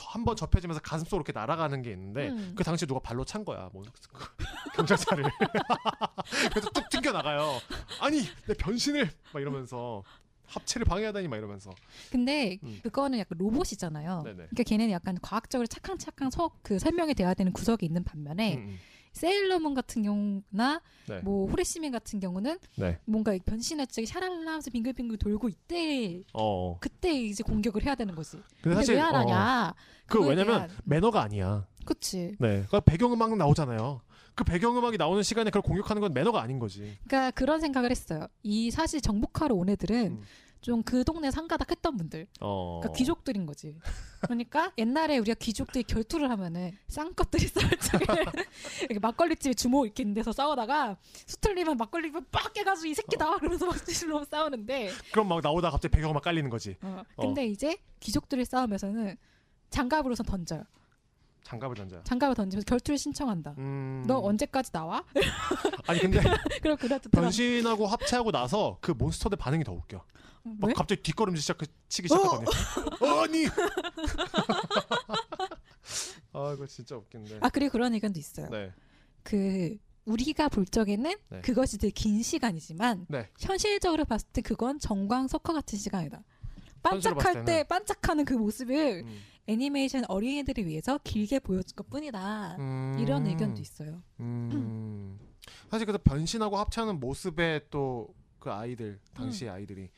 B: 한번 접혀지면서 가슴속으로 이렇게 날아가는 게 있는데
C: 음.
B: 그 당시 에 누가 발로 찬 거야 뭐 경찰차를 그래서 뚝 튕겨 나가요 아니 내 변신을 막 이러면서 합체를 방해하다니 막 이러면서
C: 근데
B: 음.
C: 그거는 약간 로봇이잖아요.
B: 네네.
C: 그러니까 걔네는 약간 과학적으로 차캉차캉 서, 그 설명이 돼야 되는 구석이 있는 반면에
B: 음, 음.
C: 세일러문 같은 경우나
B: 네.
C: 뭐 호레시맨 같은 경우는
B: 네.
C: 뭔가 변신할 적에 샤랄라하면서 빙글빙글 돌고 이때
B: 어 어.
C: 그때 이제 공격을 해야 되는 거지.
B: 근데
C: 근데
B: 사실
C: 왜 안
B: 어,
C: 하냐?
B: 그
C: 그거에
B: 왜냐면
C: 대한-
B: 매너가 아니야
C: 그치.
B: 네. 그 배경음악 나오잖아요. 그 배경음악이 나오는 시간에 그걸 공격하는 건 매너가 아닌 거지.
C: 그러니까 그런 생각을 했어요. 이 사실 정복하러 온 애들은
B: 음.
C: 좀 그 동네 상가닥 했던 분들.
B: 어.
C: 그러니까 귀족들인 거지. 그러니까 옛날에 우리가 귀족들이 결투를 하면은 쌍꺼들이 싸울 적에 이렇게 막걸리집에 주먹 이렇게 있는 데서 싸우다가 수틀리면 막걸리집을 빡 깨가지고 이
B: 어.
C: 새끼 나와 그러면서 막 뒤질러 싸우는데
B: 그럼 막 나오다 갑자기 배경음악 깔리는 거지.
C: 어, 근데 이제 귀족들이 싸우면서는 장갑으로서 던져요.
B: 장갑을 던져.
C: 장갑을 던지면서 결투를 신청한다.
B: 음.
C: 너 언제까지 나와?
B: 아니 근데
C: 그럼 그래도
B: 변신하고 합체하고 나서 그 몬스터들 반응이 더 웃겨. 막
C: 왜? 어.
B: 갑자기 뒷걸음질 시작 치기 시작하거든요. 어. 아니. 아 이거 진짜 웃긴데.
C: 아 그리고 그런 의견도 있어요.
B: 네.
C: 그 우리가 볼 적에는
B: 네.
C: 그것이 되게 긴 시간이지만
B: 네.
C: 현실적으로 봤을 때 그건 정광석화 같은 시간이다.
B: 현실로 봤을
C: 반짝할 때
B: 때는.
C: 반짝하는 그 모습을
B: 음.
C: 애니메이션 어린이들을 위해서 길게 보여줄 것뿐이다. 이런 의견도 있어요.
B: 음. 사실 그래서 변신하고 합체하는 모습에 또 그 아이들 당시 의 아이들이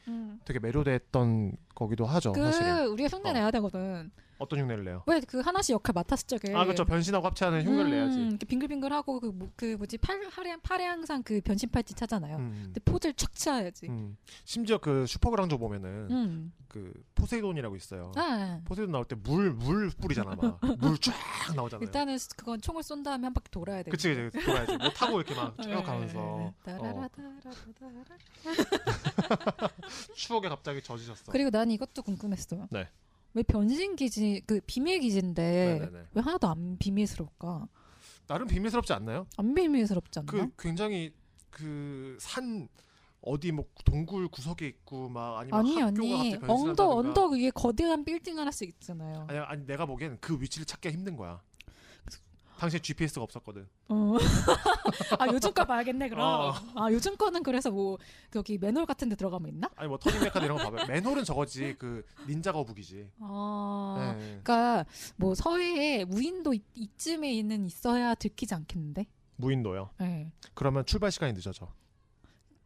B: 되게 매료됐던 거기도 하죠.
C: 음. 그
B: 어, 사실은
C: 우리가 흉내
B: 어.
C: 내야 되거든.
B: 어떤 흉내를 내요?
C: 왜 그 하나씩 역할 맡았을 적에
B: 아 그렇죠. 변신하고 합체하는 흉내를
C: 네. 음,
B: 내야지.
C: 이렇게 빙글빙글하고 그, 뭐- 그 뭐지 팔 팔에 팔에 항상 그 변신 팔찌 차잖아요.
B: 음.
C: 근데 포즈를 착 취해야지. 음.
B: 음. 심지어 그 슈퍼그랑조 보면은 그 포세이돈이라고 있어요.
C: 아,
B: 포세이돈 나올 때 물 물 뿌리잖아 막 물 쫙 나오잖아요.
C: 일단은 수- 그건 총을 쏜 다음에 한 바퀴 돌아야 돼.
B: 그치 그치 돌아야지 뭐 타고 이렇게 막
C: 네,
B: 쭉 가면서 어,
C: 따라라따라라따라라.
B: 추억에 갑자기 젖으셨어.
C: 네. 그리고 난 이것도 궁금했어요.
B: 네.
C: 왜 변신 기지 그 비밀 기지인데
B: 네네네.
C: 왜 하나도 안 비밀스러울까?
B: 나름 비밀스럽지 않나요?
C: 안 비밀스럽지 않나?
B: 그 굉장히 그 산 어디 뭐 동굴 구석에 있고 막 아니면
C: 아니
B: 학교가
C: 아니
B: 갑자기
C: 언덕
B: 변신한다든가.
C: 언덕 위에 거대한 빌딩 하나씩 있잖아요.
B: 아니 아니 내가 보기엔 그 위치를 찾기가 힘든 거야. 당시에 GPS가 없었거든.
C: 어. 아 요즘 거 봐야겠네 그럼.
B: 어.
C: 아 요즘 거는 그래서 뭐 여기 맨홀 같은 데 들어가면 있나?
B: 아니 뭐 터닝메카드 이런 거 봐봐. 맨홀은 저거지 그 닌자 거북이지.
C: 아.
B: 네.
C: 그러니까 뭐 서해에 무인도 이- 이쯤에 있는 있어야 들키지 않겠는데?
B: 무인도요.
C: 네.
B: 그러면 출발 시간이 늦어져.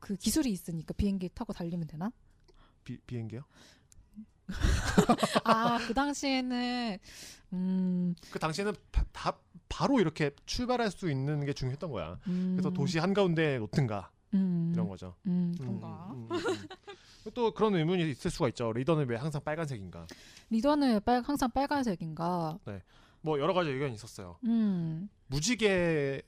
C: 그 기술이 있으니까 비행기 타고 달리면 되나?
B: 비, 비행기요?
C: 아 그 당시에는 음,
B: 그 당시에는 바, 다 바로 이렇게 출발할 수 있는 게 중요했던 거야.
C: 음,
B: 그래서 도시 한가운데 놓든가
C: 음,
B: 이런 거죠.
C: 음,
B: 음,
C: 그런가
B: 음, 음, 음. 또 그런 의문이 있을 수가 있죠. 리더는 왜 항상 빨간색인가?
C: 리더는 왜 빨, 항상 빨간색인가
B: 뭐 여러 가지 의견이 있었어요.
C: 음,
B: 무지개에서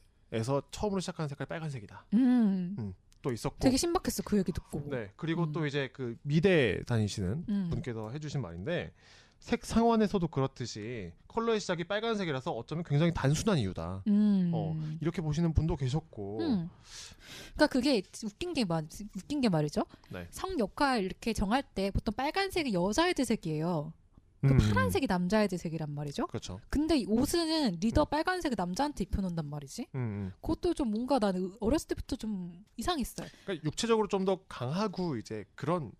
B: 처음으로 시작하는 색깔이 빨간색이다.
C: 음.
B: 또 있었고.
C: 되게 신박했어 그 얘기 듣고
B: 네. 그리고
C: 음.
B: 또 이제 그 미대 다니시는
C: 음.
B: 분께서 해주신 말인데 색 상환에서도 그렇듯이 컬러의 시작이 빨간색이라서 어쩌면 굉장히 단순한 이유다.
C: 음.
B: 어, 이렇게 보시는 분도 계셨고
C: 음. 그러니까 그게 웃긴 게 말, 웃긴 게 말이죠.
B: 네.
C: 성 역할 이렇게 정할 때 보통 빨간색이 여자애들 색이에요. 그
B: 음,
C: 파란색이 남자애들 색이란 말이죠.
B: 음. 그렇죠.
C: 근데 이 옷은 리더 빨간색을 남자한테 입혀놓는단 말이지.
B: 음, 음.
C: 그것도 좀 뭔가 나는 어렸을 때부터 좀 이상했어요.
B: 그러니까 육체적으로 좀 더 강하고 이제 그런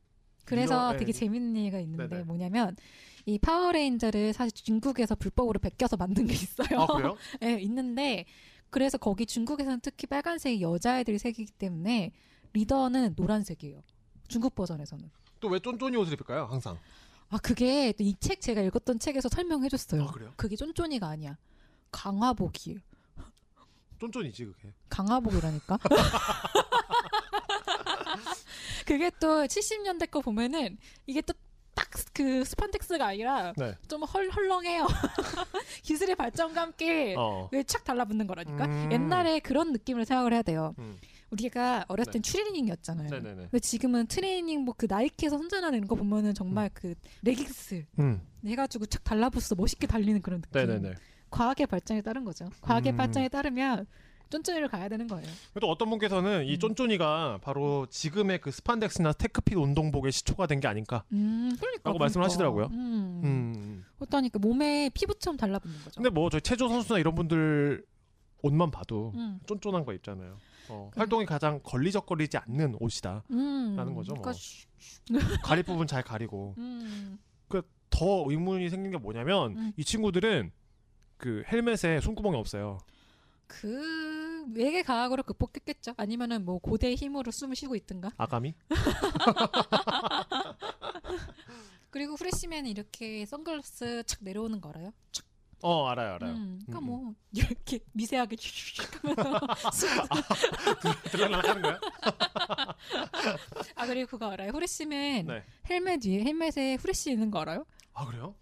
C: 그래서
B: 이런-
C: 되게
B: 네.
C: 재밌는 얘기가 있는데
B: 네네.
C: 뭐냐면 이 파워레인저를 사실 중국에서 불법으로 베껴서 만든 게 있어요.
B: 아 그래요?
C: 네, 있는데 그래서 거기 중국에서는 특히 빨간색이 여자애들 색이기 때문에 리더는 노란색이에요. 중국 버전에서는.
B: 또 왜 쫀쫀이 옷을 입을까요? 항상
C: 아 그게 이 책 제가 읽었던 책에서 설명해줬어요.
B: 아, 그래요?
C: 그게 쫀쫀이가 아니야. 강화복이에요.
B: 쫀쫀이지 그게.
C: 강화복이라니까. 그게 또 70년대 거 보면은 이게 또 딱 그 스판텍스가 아니라
B: 네.
C: 좀 헐, 헐렁해요. 기술의 발전과 함께
B: 어.
C: 예, 왜착 달라붙는 거라니까.
B: 음.
C: 옛날에 그런 느낌을 생각을 해야 돼요.
B: 음.
C: 우리가 어렸을
B: 네.
C: 땐 트레이닝이었잖아요.
B: 네네네.
C: 근데 지금은 트레이닝 뭐 그 나이키에서 선전하는 거 보면은 정말 그 레깅스
B: 음. 음.
C: 해가지고 착 달라붙어 멋있게 달리는 그런 느낌.
B: 네네네.
C: 과학의 발전에 따른 거죠. 과학의
B: 음.
C: 발전에 따르면 쫀쫀이를 가야 되는 거예요.
B: 또 어떤 분께서는 이
C: 음.
B: 쫀쫀이가 바로 지금의 그 스판덱스나 스테크핏 운동복의 시초가 된 게 아닐까.
C: 음, 그러니까.
B: 라고 말씀을
C: 그러니까.
B: 하시더라고요.
C: 음.
B: 음.
C: 그렇다니까 몸에 피부처럼 달라붙는 거죠.
B: 근데 뭐 저희 체조 선수나 이런 분들 옷만 봐도
C: 음.
B: 쫀쫀한 거 입잖아요. 어,
C: 그-
B: 활동이 가장 걸리적거리지 않는 옷이다.
C: 음.
B: 라는 거죠, 뭐.
C: 그러니까 쉬- 쉬-
B: 가릴 부분 잘 가리고.
C: 음.
B: 더 의문이 생긴 게 뭐냐면
C: 음.
B: 이 친구들은 그 헬멧에 손구멍이 없어요.
C: 그 외계 과학으로 극복했겠죠. 아니면은 뭐 고대 의 힘으로 숨을 쉬고 있든가.
B: 아가미?
C: 그리고 후레쉬맨은 이렇게 선글라스 착 내려오는 거 알아요?
B: 어 알아요 알아요.
C: 음, 그러니까
B: 음,
C: 뭐 이렇게 미세하게 슉슉 하면서 숨-
B: 아. 들락날락 하는 거야?
C: 아 그리고 그거 알아요? 후레쉬맨
B: 네.
C: 헬멧 위에 헬멧에 후레쉬 있는 거 알아요?
B: 아 그래요?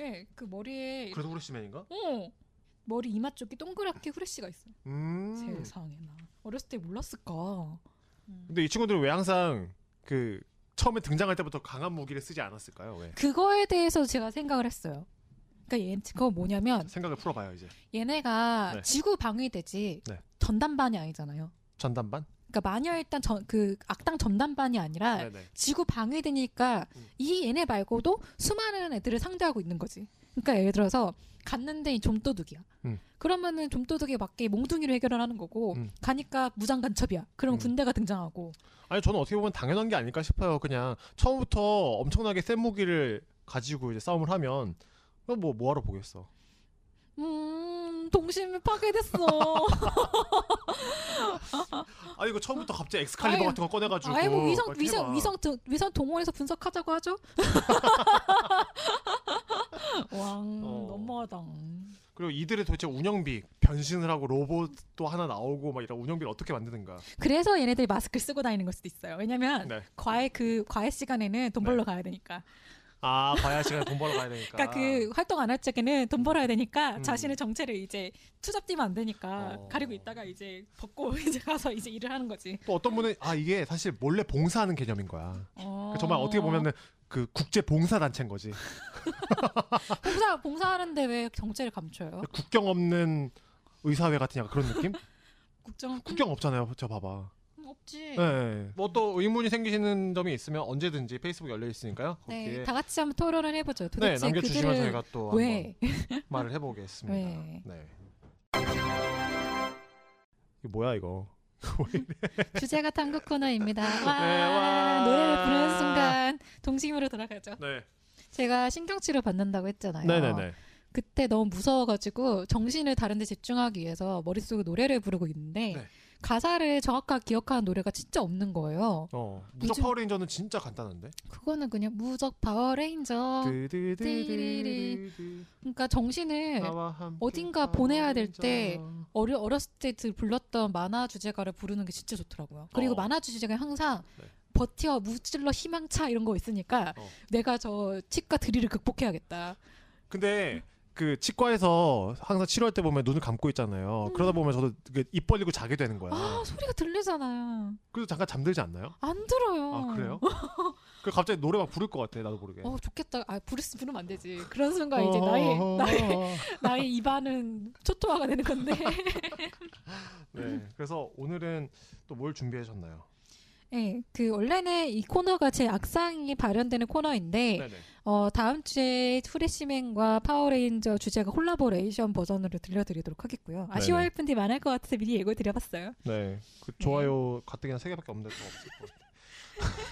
C: 예, 그 머리에
B: 그래도 후레쉬맨인가?
C: 어 머리 이마 쪽이 동그랗게 후레쉬가 있어요.
B: 음.
C: 세상에나 어렸을 때 몰랐을까? 음.
B: 근데 이 친구들은 왜 항상 그 처음에 등장할 때부터 강한 무기를 쓰지 않았을까요? 왜?
C: 그거에 대해서 제가 생각을 했어요. 그러니까 얘 그거 뭐냐면
B: 생각을 풀어봐요 이제.
C: 얘네가
B: 네.
C: 지구 방위대지
B: 네.
C: 전담반이 아니잖아요.
B: 전담반?
C: 그러니까 마녀일단 전, 그 악당 전담반이 아니라
B: 네네.
C: 지구 방해되니까
B: 음.
C: 이 얘네 말고도 수많은 애들을 상대하고 있는 거지. 그러니까 예를 들어서 갔는데 이 좀도둑이야.
B: 음.
C: 그러면은 좀도둑에 맞게 몽둥이로 해결을 하는 거고
B: 음.
C: 가니까 무장간첩이야. 그럼
B: 음.
C: 군대가 등장하고.
B: 아니 저는 어떻게 보면 당연한 게 아닐까 싶어요. 그냥 처음부터 엄청나게 센 무기를 가지고 이제 싸움을 하면 뭐 뭐하러 보겠어.
C: 음 동심이 파괴됐어.
B: 아 이거 처음부터 갑자기 엑스칼리버
C: 아유,
B: 같은 거 꺼내가지고.
C: 아이고 위성
B: 막 해봐.
C: 위성 위성 등- 위성 동원해서 분석하자고 하죠. 왕
B: 어.
C: 너무하당.
B: 그리고 이들의 도대체 운영비 변신을 하고 로봇도 하나 나오고 막 이런 운영비를 어떻게 만드는가
C: 그래서 얘네들이 마스크를 쓰고 다니는 걸 수도 있어요. 왜냐면
B: 네.
C: 과외 그 과외 시간에는 돈
B: 네.
C: 벌러 가야 되니까.
B: 아 과외 시간에 돈 벌어 가야 되니까
C: 그러니까 그 활동 안 할 적에는 돈 벌어야 되니까
B: 음.
C: 자신의 정체를 이제 투잡 뛰면 안 되니까
B: 어.
C: 가리고 있다가 이제 벗고 이제 가서 이제 일을 하는 거지.
B: 또 어떤 분은 아 이게 사실 몰래 봉사하는 개념인 거야 그 정말 어떻게 보면은 그 국제 봉사 단체인 거지
C: 봉사 봉사하는데 왜 정체를 감춰요?
B: 국경 없는 의사회 같은 약간 그런 느낌
C: 국정
B: 국경 없잖아요 저 봐봐
C: 음, 없지. 네.
B: 네. 뭐 또 의문이 생기시는 점이 있으면 언제든지 페이스북 열려 있으니까요 거기에
C: 네, 다 같이 한번 토론을 해보죠.
B: 네,
C: 도대체
B: 남겨주시면
C: 그들은
B: 저희가 또 한번
C: 왜?
B: 말을 해보겠습니다
C: 네.
B: 네 이게 뭐야 이거
C: 주제가 탐구 코너입니다. 와,
B: 네, 와.
C: 노래를 부르는 순간 동심으로 돌아가죠.
B: 네
C: 제가 신경치료 받는다고 했잖아요.
B: 네네네
C: 그때 너무 무서워가지고 정신을 다른 데 집중하기 위해서 머릿속에 노래를 부르고 있는데
B: 네.
C: 가사를 정확하게 기억하는 노래가 진짜 없는 거예요.
B: 어 무적
C: 요즘-
B: 파워레인저는 진짜 간단한데
C: 그거는 그냥 무적 파워레인저.
B: 그 뚜두두두두두두.
C: 그러니까 정신을
B: 나와 함께 아,
C: 어딘가 보내야 될때
B: 파워레인저.
C: 어려, 어렸을 때 들- 불렀던 만화 주제가를 부르는 게 진짜 좋더라고요. 그리고
B: 어.
C: 만화 주제가 항상
B: 네.
C: 버티어, 무찔러, 희망차 이런 거 있으니까
B: 어.
C: 내가 저 치과 드릴을 극복해야겠다.
B: 근데 그 치과에서 항상 치료할 때 보면 눈을 감고 있잖아요. 그러다 보면 저도 그입 벌리고 자게 되는 거야.
C: 음. 아, 소리가 들리잖아요.
B: 그래서 잠깐 잠들지 않나요?
C: 안 들어요.
B: 아 그래요? 그 갑자기 노래 막 부를 것 같아 나도 모르게.
C: 어, 좋겠다. 아, 브루스 부르면 안 되지. 그런 순간 이제 나의,
B: 어허허허.
C: 나의 나의 입안은 초토화가 되는 건데.
B: 네. 그래서 오늘은 또 뭘 준비하셨나요?
C: 네, 그 원래는 이 코너가 제 악상이 발현되는 코너인데
B: 네네.
C: 어, 다음 주에 후레시맨과 파워레인저 주제가 콜라보레이션 버전으로 들려드리도록 하겠고요. 아쉬워할 분들이 많을 것 같아서 미리 예고 드려봤어요.
B: 네. 그 좋아요 가뜩이나 세 개밖에 없는데 더 없을 것 같아.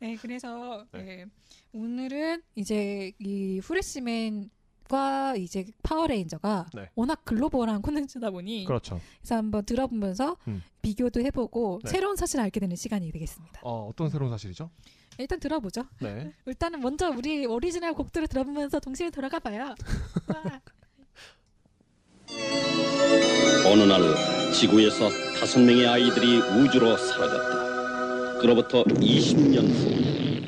C: 네, 그래서
B: 네.
C: 네, 오늘은 이제 이 후레시맨과 이제 파워레인저가
B: 네.
C: 워낙 글로벌한 콘텐츠다 보니
B: 그렇죠.
C: 그래서 한번 들어보면서
B: 음.
C: 비교도 해보고
B: 네.
C: 새로운 사실을 알게 되는 시간이 되겠습니다.
B: 어 어떤 새로운 사실이죠?
C: 일단 들어보죠.
B: 네.
C: 일단은 먼저 우리 오리지널 곡들을 들어보면서 동시에 돌아가 봐요. 와.
F: 어느 날 지구에서 다섯 명의 아이들이 우주로 사라졌다. 그로부터 20년 후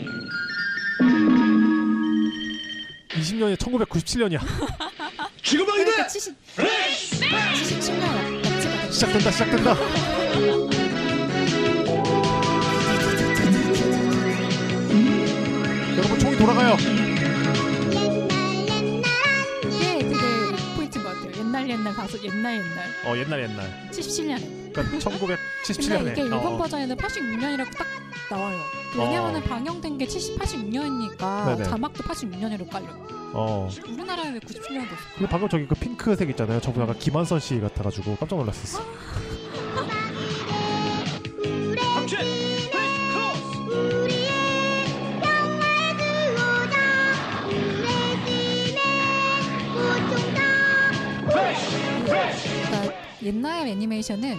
B: 20년이 1997년이야.
F: 지금
C: 그러니까 70 77년 약간
B: 시작된다 시작된다. 여러분 총이 돌아가요.
C: 이게 되게 예, 포인트인 것 같아요. 봐서 옛날 옛날
B: 어 옛날 옛날.
C: 77년에.
B: 그러니까
C: 근데
B: 1977년에.
C: 이게 일본
B: 어.
C: 버전에는 86년이라고 딱 나와요. 왜냐면은
B: 어.
C: 방영된 게 70, 86년이니까
B: 네네.
C: 자막도 86년으로 깔려.
B: 어.
C: 우리나라에 왜 97년도 없을까?
B: 근데 방금 저기 그 핑크색 있잖아요. 저분 아까 김한선 씨 같아가지고 깜짝 놀랐었어.
F: 당신
C: 그러니까 옛날 애니메이션은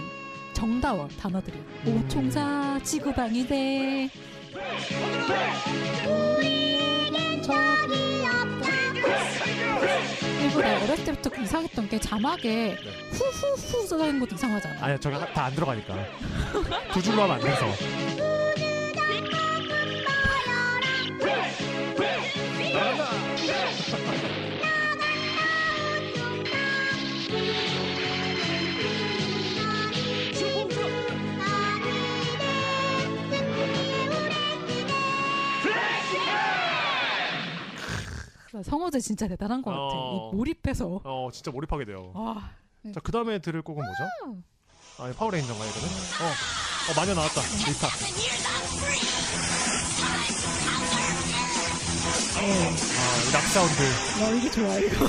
C: 정다워 단어들이 오총사 지구방위대 일부 내가 어렸을 때부터 그 이상했던 게 자막에
B: 네.
C: 후후후 써져 있는 것도 이상하잖아
B: 아니 저기 다 안 들어가니까 두 줄로 하면 안 돼서.
C: 그래서 성우들 진짜 대단한 것 같아
B: 어.
C: 이 몰입해서
B: 어 진짜 몰입하게 돼요.
C: 아,
B: 자 그 다음에 들을 곡은 뭐죠? 아 파워레인저인가 이거는? 어. 어 마녀 나왔다. 리타. 아, 락사운드.
C: 나 이게 좋아 이거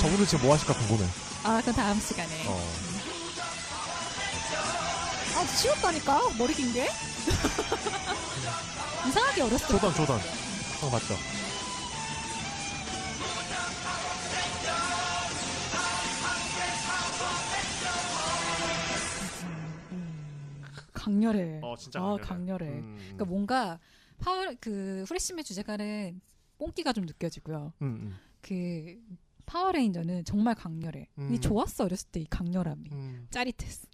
B: 저분은 지금 뭐 하실까 궁금해.
C: 아 그럼 다음 시간에
B: 어.
C: 아 치웠다니까 머리 긴게 이상하게 어렸을 때
B: 조던 조던. 어 맞죠.
C: 강렬해
B: 어 진짜 음.
C: 아 강렬해 그러니까
B: 뭐
C: 뭔가 파워 그 후레쉬맨 주제가는 뽕기가 좀 느껴지고요.
B: 음,
C: 그 파워레인저는 정말 강렬해.
B: 음.
C: 이 좋았어 어렸을 때 이 강렬함이
B: 음, 음.
C: 짜릿했어.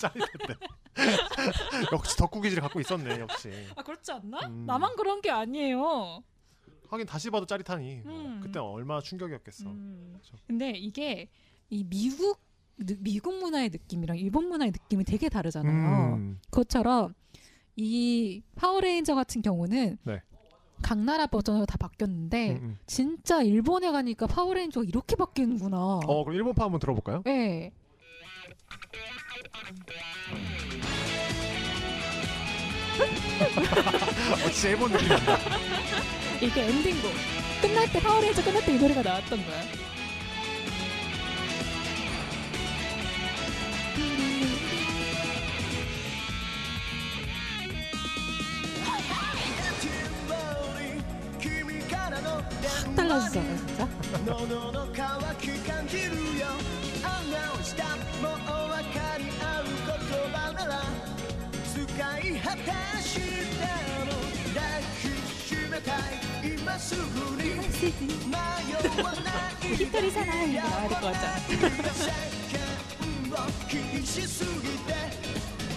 B: 짜릿했대. 역시 덕후기질 갖고 있었네 역시.
C: 아 그렇지 않나?
B: 음.
C: 나만 그런 게 아니에요.
B: 하긴 다시 봐도 짜릿하니
C: 음.
B: 그때 얼마나 충격이었겠어.
C: 음.
B: 그렇죠.
C: 근데 이게 이 미국 느- 미국 문화의 느낌이랑 일본 문화의 느낌이 되게 다르잖아요.
B: 음.
C: 그것처럼 이 파워레인저 같은 경우는
B: 네.
C: 각 나라 버전으로 다 바뀌었는데
B: 음, 음.
C: 진짜 일본에 가니까 파워레인저가 이렇게 바뀌는구나.
B: 어 그럼 일본파 한번 들어볼까요?
C: 네.
B: 어, 진짜 일본 느낌.
C: 이게 엔딩곡. 끝날 때 파워레인저 끝날 때 이 노래가 나왔던 거야. 확 달라지잖아 진짜.
G: 喉の渇き感じるよ穴をしたもう分かり合う言葉なら使い果たしたの抱きしめたい今すぐに迷わない
C: 히터리 사나이 나와야 될 것 같잖아.
G: 世間を気にしすぎて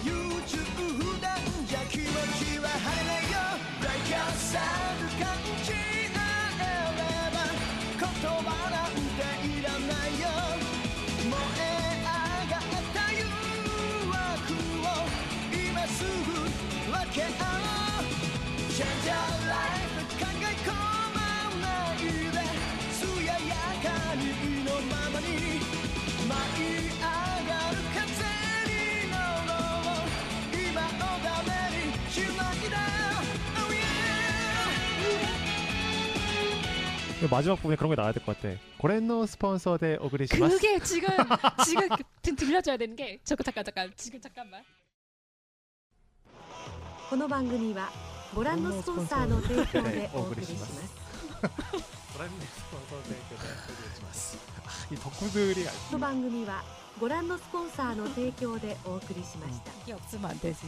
G: 優柔不断じゃ気持ちは晴れよ Break yourself 感じ合えれば言葉なんていらないよ燃え上がった誘惑を今すぐ分け合おう Change your life 考え込まないですややかに意のままに舞い上がる風に乗ろう今のためにしまいだ Oh yeah
B: 마지막 부분에 그런 게 나와야 될 것 같아. 고렌노 스폰서 대 오그리시마스.
C: 그게 지금 지금 그, 들- 들려줘야 되는 게 저거 잠깐 잠깐 지금 잠깐만.
H: この番組はご覧のスポンサーの提供で お送りします。
B: 고렌노 스폰서 대 오그리시마스. 아, 이 덕후들이 알-
H: この番組はご覧のスポンサーの提供でお送りしました。
C: 이게 없으면 안 되지.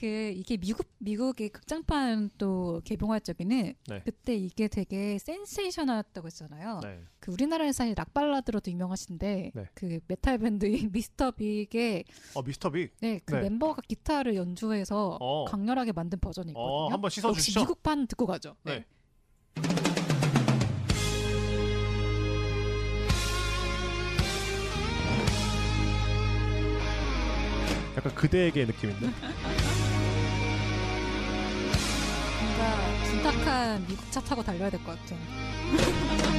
C: 그 이게 미국 미국의 극장판 또 개봉할 적에는
B: 네.
C: 그때 이게 되게 센세이션이었다고 했잖아요.
B: 네.
C: 그 우리나라에서 사실 락발라드로도 유명하신데
B: 네.
C: 그 메탈 밴드인 미스터 빅의
B: 어 미스터 빅.
C: 네, 그
B: 네.
C: 멤버가 기타를 연주해서
B: 어.
C: 강렬하게 만든 버전이 있거든요.
B: 어, 한번 씻어
C: 역시
B: 주시죠.
C: 미국판 듣고 가죠.
B: 네. 약간 그대에게 느낌인데.
C: 뭔가 둔탁한 미국 차 타고 달려야 될 것 같아요.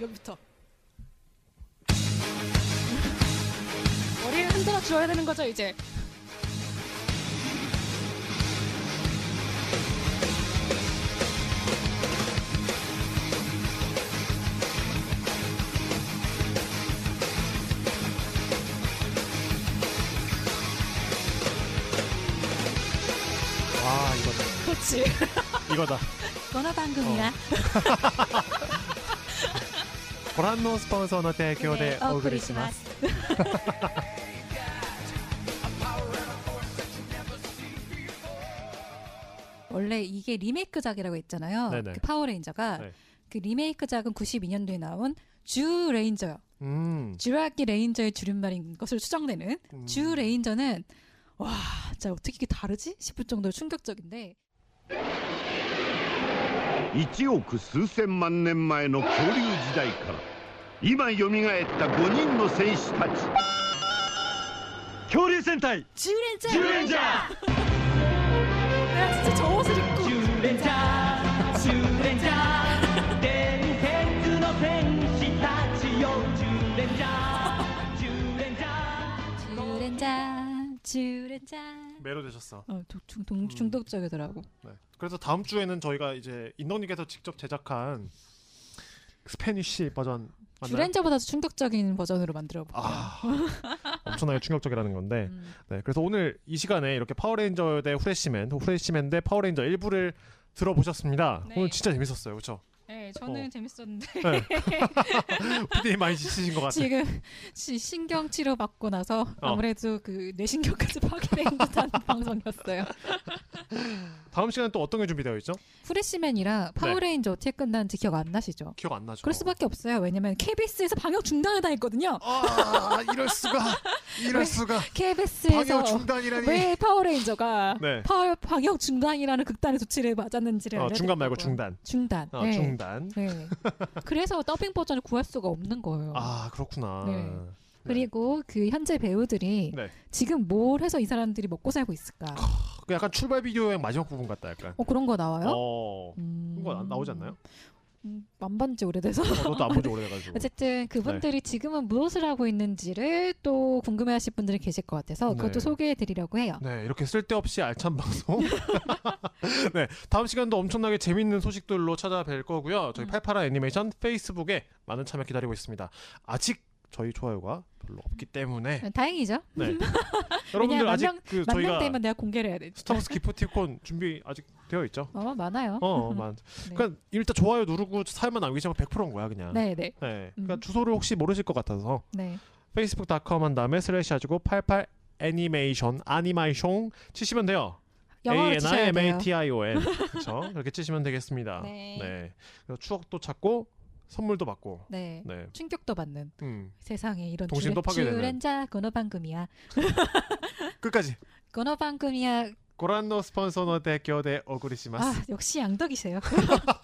C: 여기부터 머리를 흔들어 줘야 되는 거죠 이제
B: 아 이거다.
C: 그렇지
B: 이거다.
C: 너나 방금이야
B: ご覧のスポンサーの提供で
C: 아,
B: お送りします。
C: 원래이게리메이크작이라고했잖아요
B: 네네.
C: 그파워레인저가
B: 네.
C: 그리메이크작은 92년도에 나온 주 레인저요.
B: うん。
C: 주라기 레인저의 줄임말인 것을 추정되는
B: 음.
C: 주 레인저는 와, 진짜 어떻게 이게 다르지? 싶을 정도로 충격적인데
I: 1億数千万年前の恐竜時代から今よみがえった5人の戦士たち
F: 恐竜戦隊
C: 주레인저!
F: 주레인저!
C: 내가 진짜 저 옷을 입고
G: ジュレンジャージュレンジャー伝説の戦士たちよジュレンジャージュレンジャー
C: 주레인저 주레인저
B: 매로 되셨어.
C: 어, 동- 중-
B: 음.
C: 동- 중독적이더라고.
B: 네. 그래서 다음 주에는 저희가 이제 인덕님께서 직접 제작한 스페니쉬 버전 맞나요?
C: 주레인저보다 더 충격적인 버전으로 만들어 볼게요.
B: 아 엄청나게 충격적이라는 건데
C: 음.
B: 네 그래서 오늘 이 시간에 이렇게 파워레인저 대 후레시맨 후레시맨 대 파워레인저 일부를 들어보셨습니다.
C: 네.
B: 오늘 진짜 재밌었어요, 그렇죠?
C: 네, 저는
B: 어.
C: 재밌었는데
B: 네. 피디님 많이 지치신 것 같아요. 네.
C: 지금 시- 신경 치료 받고 나서
B: 어.
C: 아무래도 그 뇌신경까지 파괴된 듯한 방송이었어요.
B: 다음 시간 또 어떤 게 준비되어 있죠?
C: 후레시맨이랑
B: 네.
C: 파워레인저 어떻게 끝났는지 기억 안 나시죠?
B: 기억 안 나죠.
C: 그럴 수밖에 없어요. 왜냐면 KBS에서 방역 중단을 당했거든요.
B: 아 이럴 수가 이럴
C: 왜?
B: 수가
C: KBS에서
B: 방역 중단이라니.
C: 왜 파워레인저가
B: 네.
C: 파 방역 중단이라는 극단의 조치를 맞았는지를
B: 어,
C: 알려드릴
B: 중간 말고
C: 거고요.
B: 중단.
C: 중단.
B: 어,
C: 네.
B: 중단.
C: 네. 그래서 더빙 버전을 구할 수가 없는 거예요.
B: 아 그렇구나.
C: 어. 네. 그리고 그 현재 배우들이
B: 네.
C: 지금 뭘 해서 이 사람들이 먹고 살고 있을까?
B: 그 약간 출발 비디오 의 마지막 부분 같다 약간.
C: 어 그런 거 나와요?
B: 어.
C: 음...
B: 그거 안 나오지 않나요?
C: 음, 만반지 오래돼서.
B: 어, 네. 너도 안 본지
C: 아,
B: 오래돼가지고.
C: 어쨌든 그분들이 지금은 무엇을 하고 있는지를 또 궁금해하실 분들이 계실 것 같아서
B: 네.
C: 그것도 소개해드리려고 해요.
B: 네 이렇게 쓸데없이 알찬 방송. 네 다음 시간도 엄청나게 재밌는 소식들로 찾아뵐 거고요.
C: 음.
B: 저희 팔팔아 애니메이션 페이스북에 많은 참여 기다리고 있습니다. 아직 저희 좋아요가 별로 없기 때문에
C: 음, 다행이죠.
B: 네. 여러분들
C: 왜냐면
B: 아직
C: 만명-
B: 그
C: 만날
B: 저희가
C: 때만 내가 공개를 해야 돼.
B: 스타벅스 기프티콘 준비 아직 되어 있죠?
C: 어 많아요.
B: 어, 만.
C: 네.
B: 그러니까 일단 좋아요 누르고 사연만 남기시면 100%인 거야 그냥.
C: 네, 네,
B: 네. 그러니까
C: 음.
B: 주소를 혹시 모르실 것 같아서
C: 네.
B: facebook.com 한 다음에 슬래시 해가지고 88 애니메이션 애니메이션 치시면 돼요.
C: 영어로 치셔야
B: M A
C: 돼요.
B: T I O N 그렇죠? 그렇게 치시면 되겠습니다.
C: 네.
B: 그래서 추억도 찾고 선물도 받고.
C: 네.
B: 네.
C: 충격도 받는
B: 음.
C: 세상에 이런
B: 동심도 파괴되는.
C: 주렌자 건어방금이야.
B: 끝까지.
C: 건어방금이야.
B: 고란노 스폰서너 대교대 오그리시마스.
C: 아 역시 양덕이세요.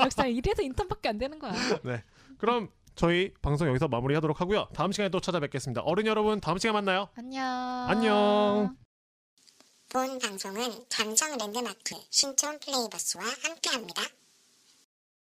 C: 역시 이래서 인턴밖에 안 되는 거야.
B: 그럼 저희 방송 여기서 마무리하도록 하고요. 다음 시간에 또 찾아뵙겠습니다. 어른 여러분 다음 시간에 만나요.
C: 안녕.
B: 안녕.
E: 본 방송은 감정 랜드마크 신촌 플레이버스와 함께합니다.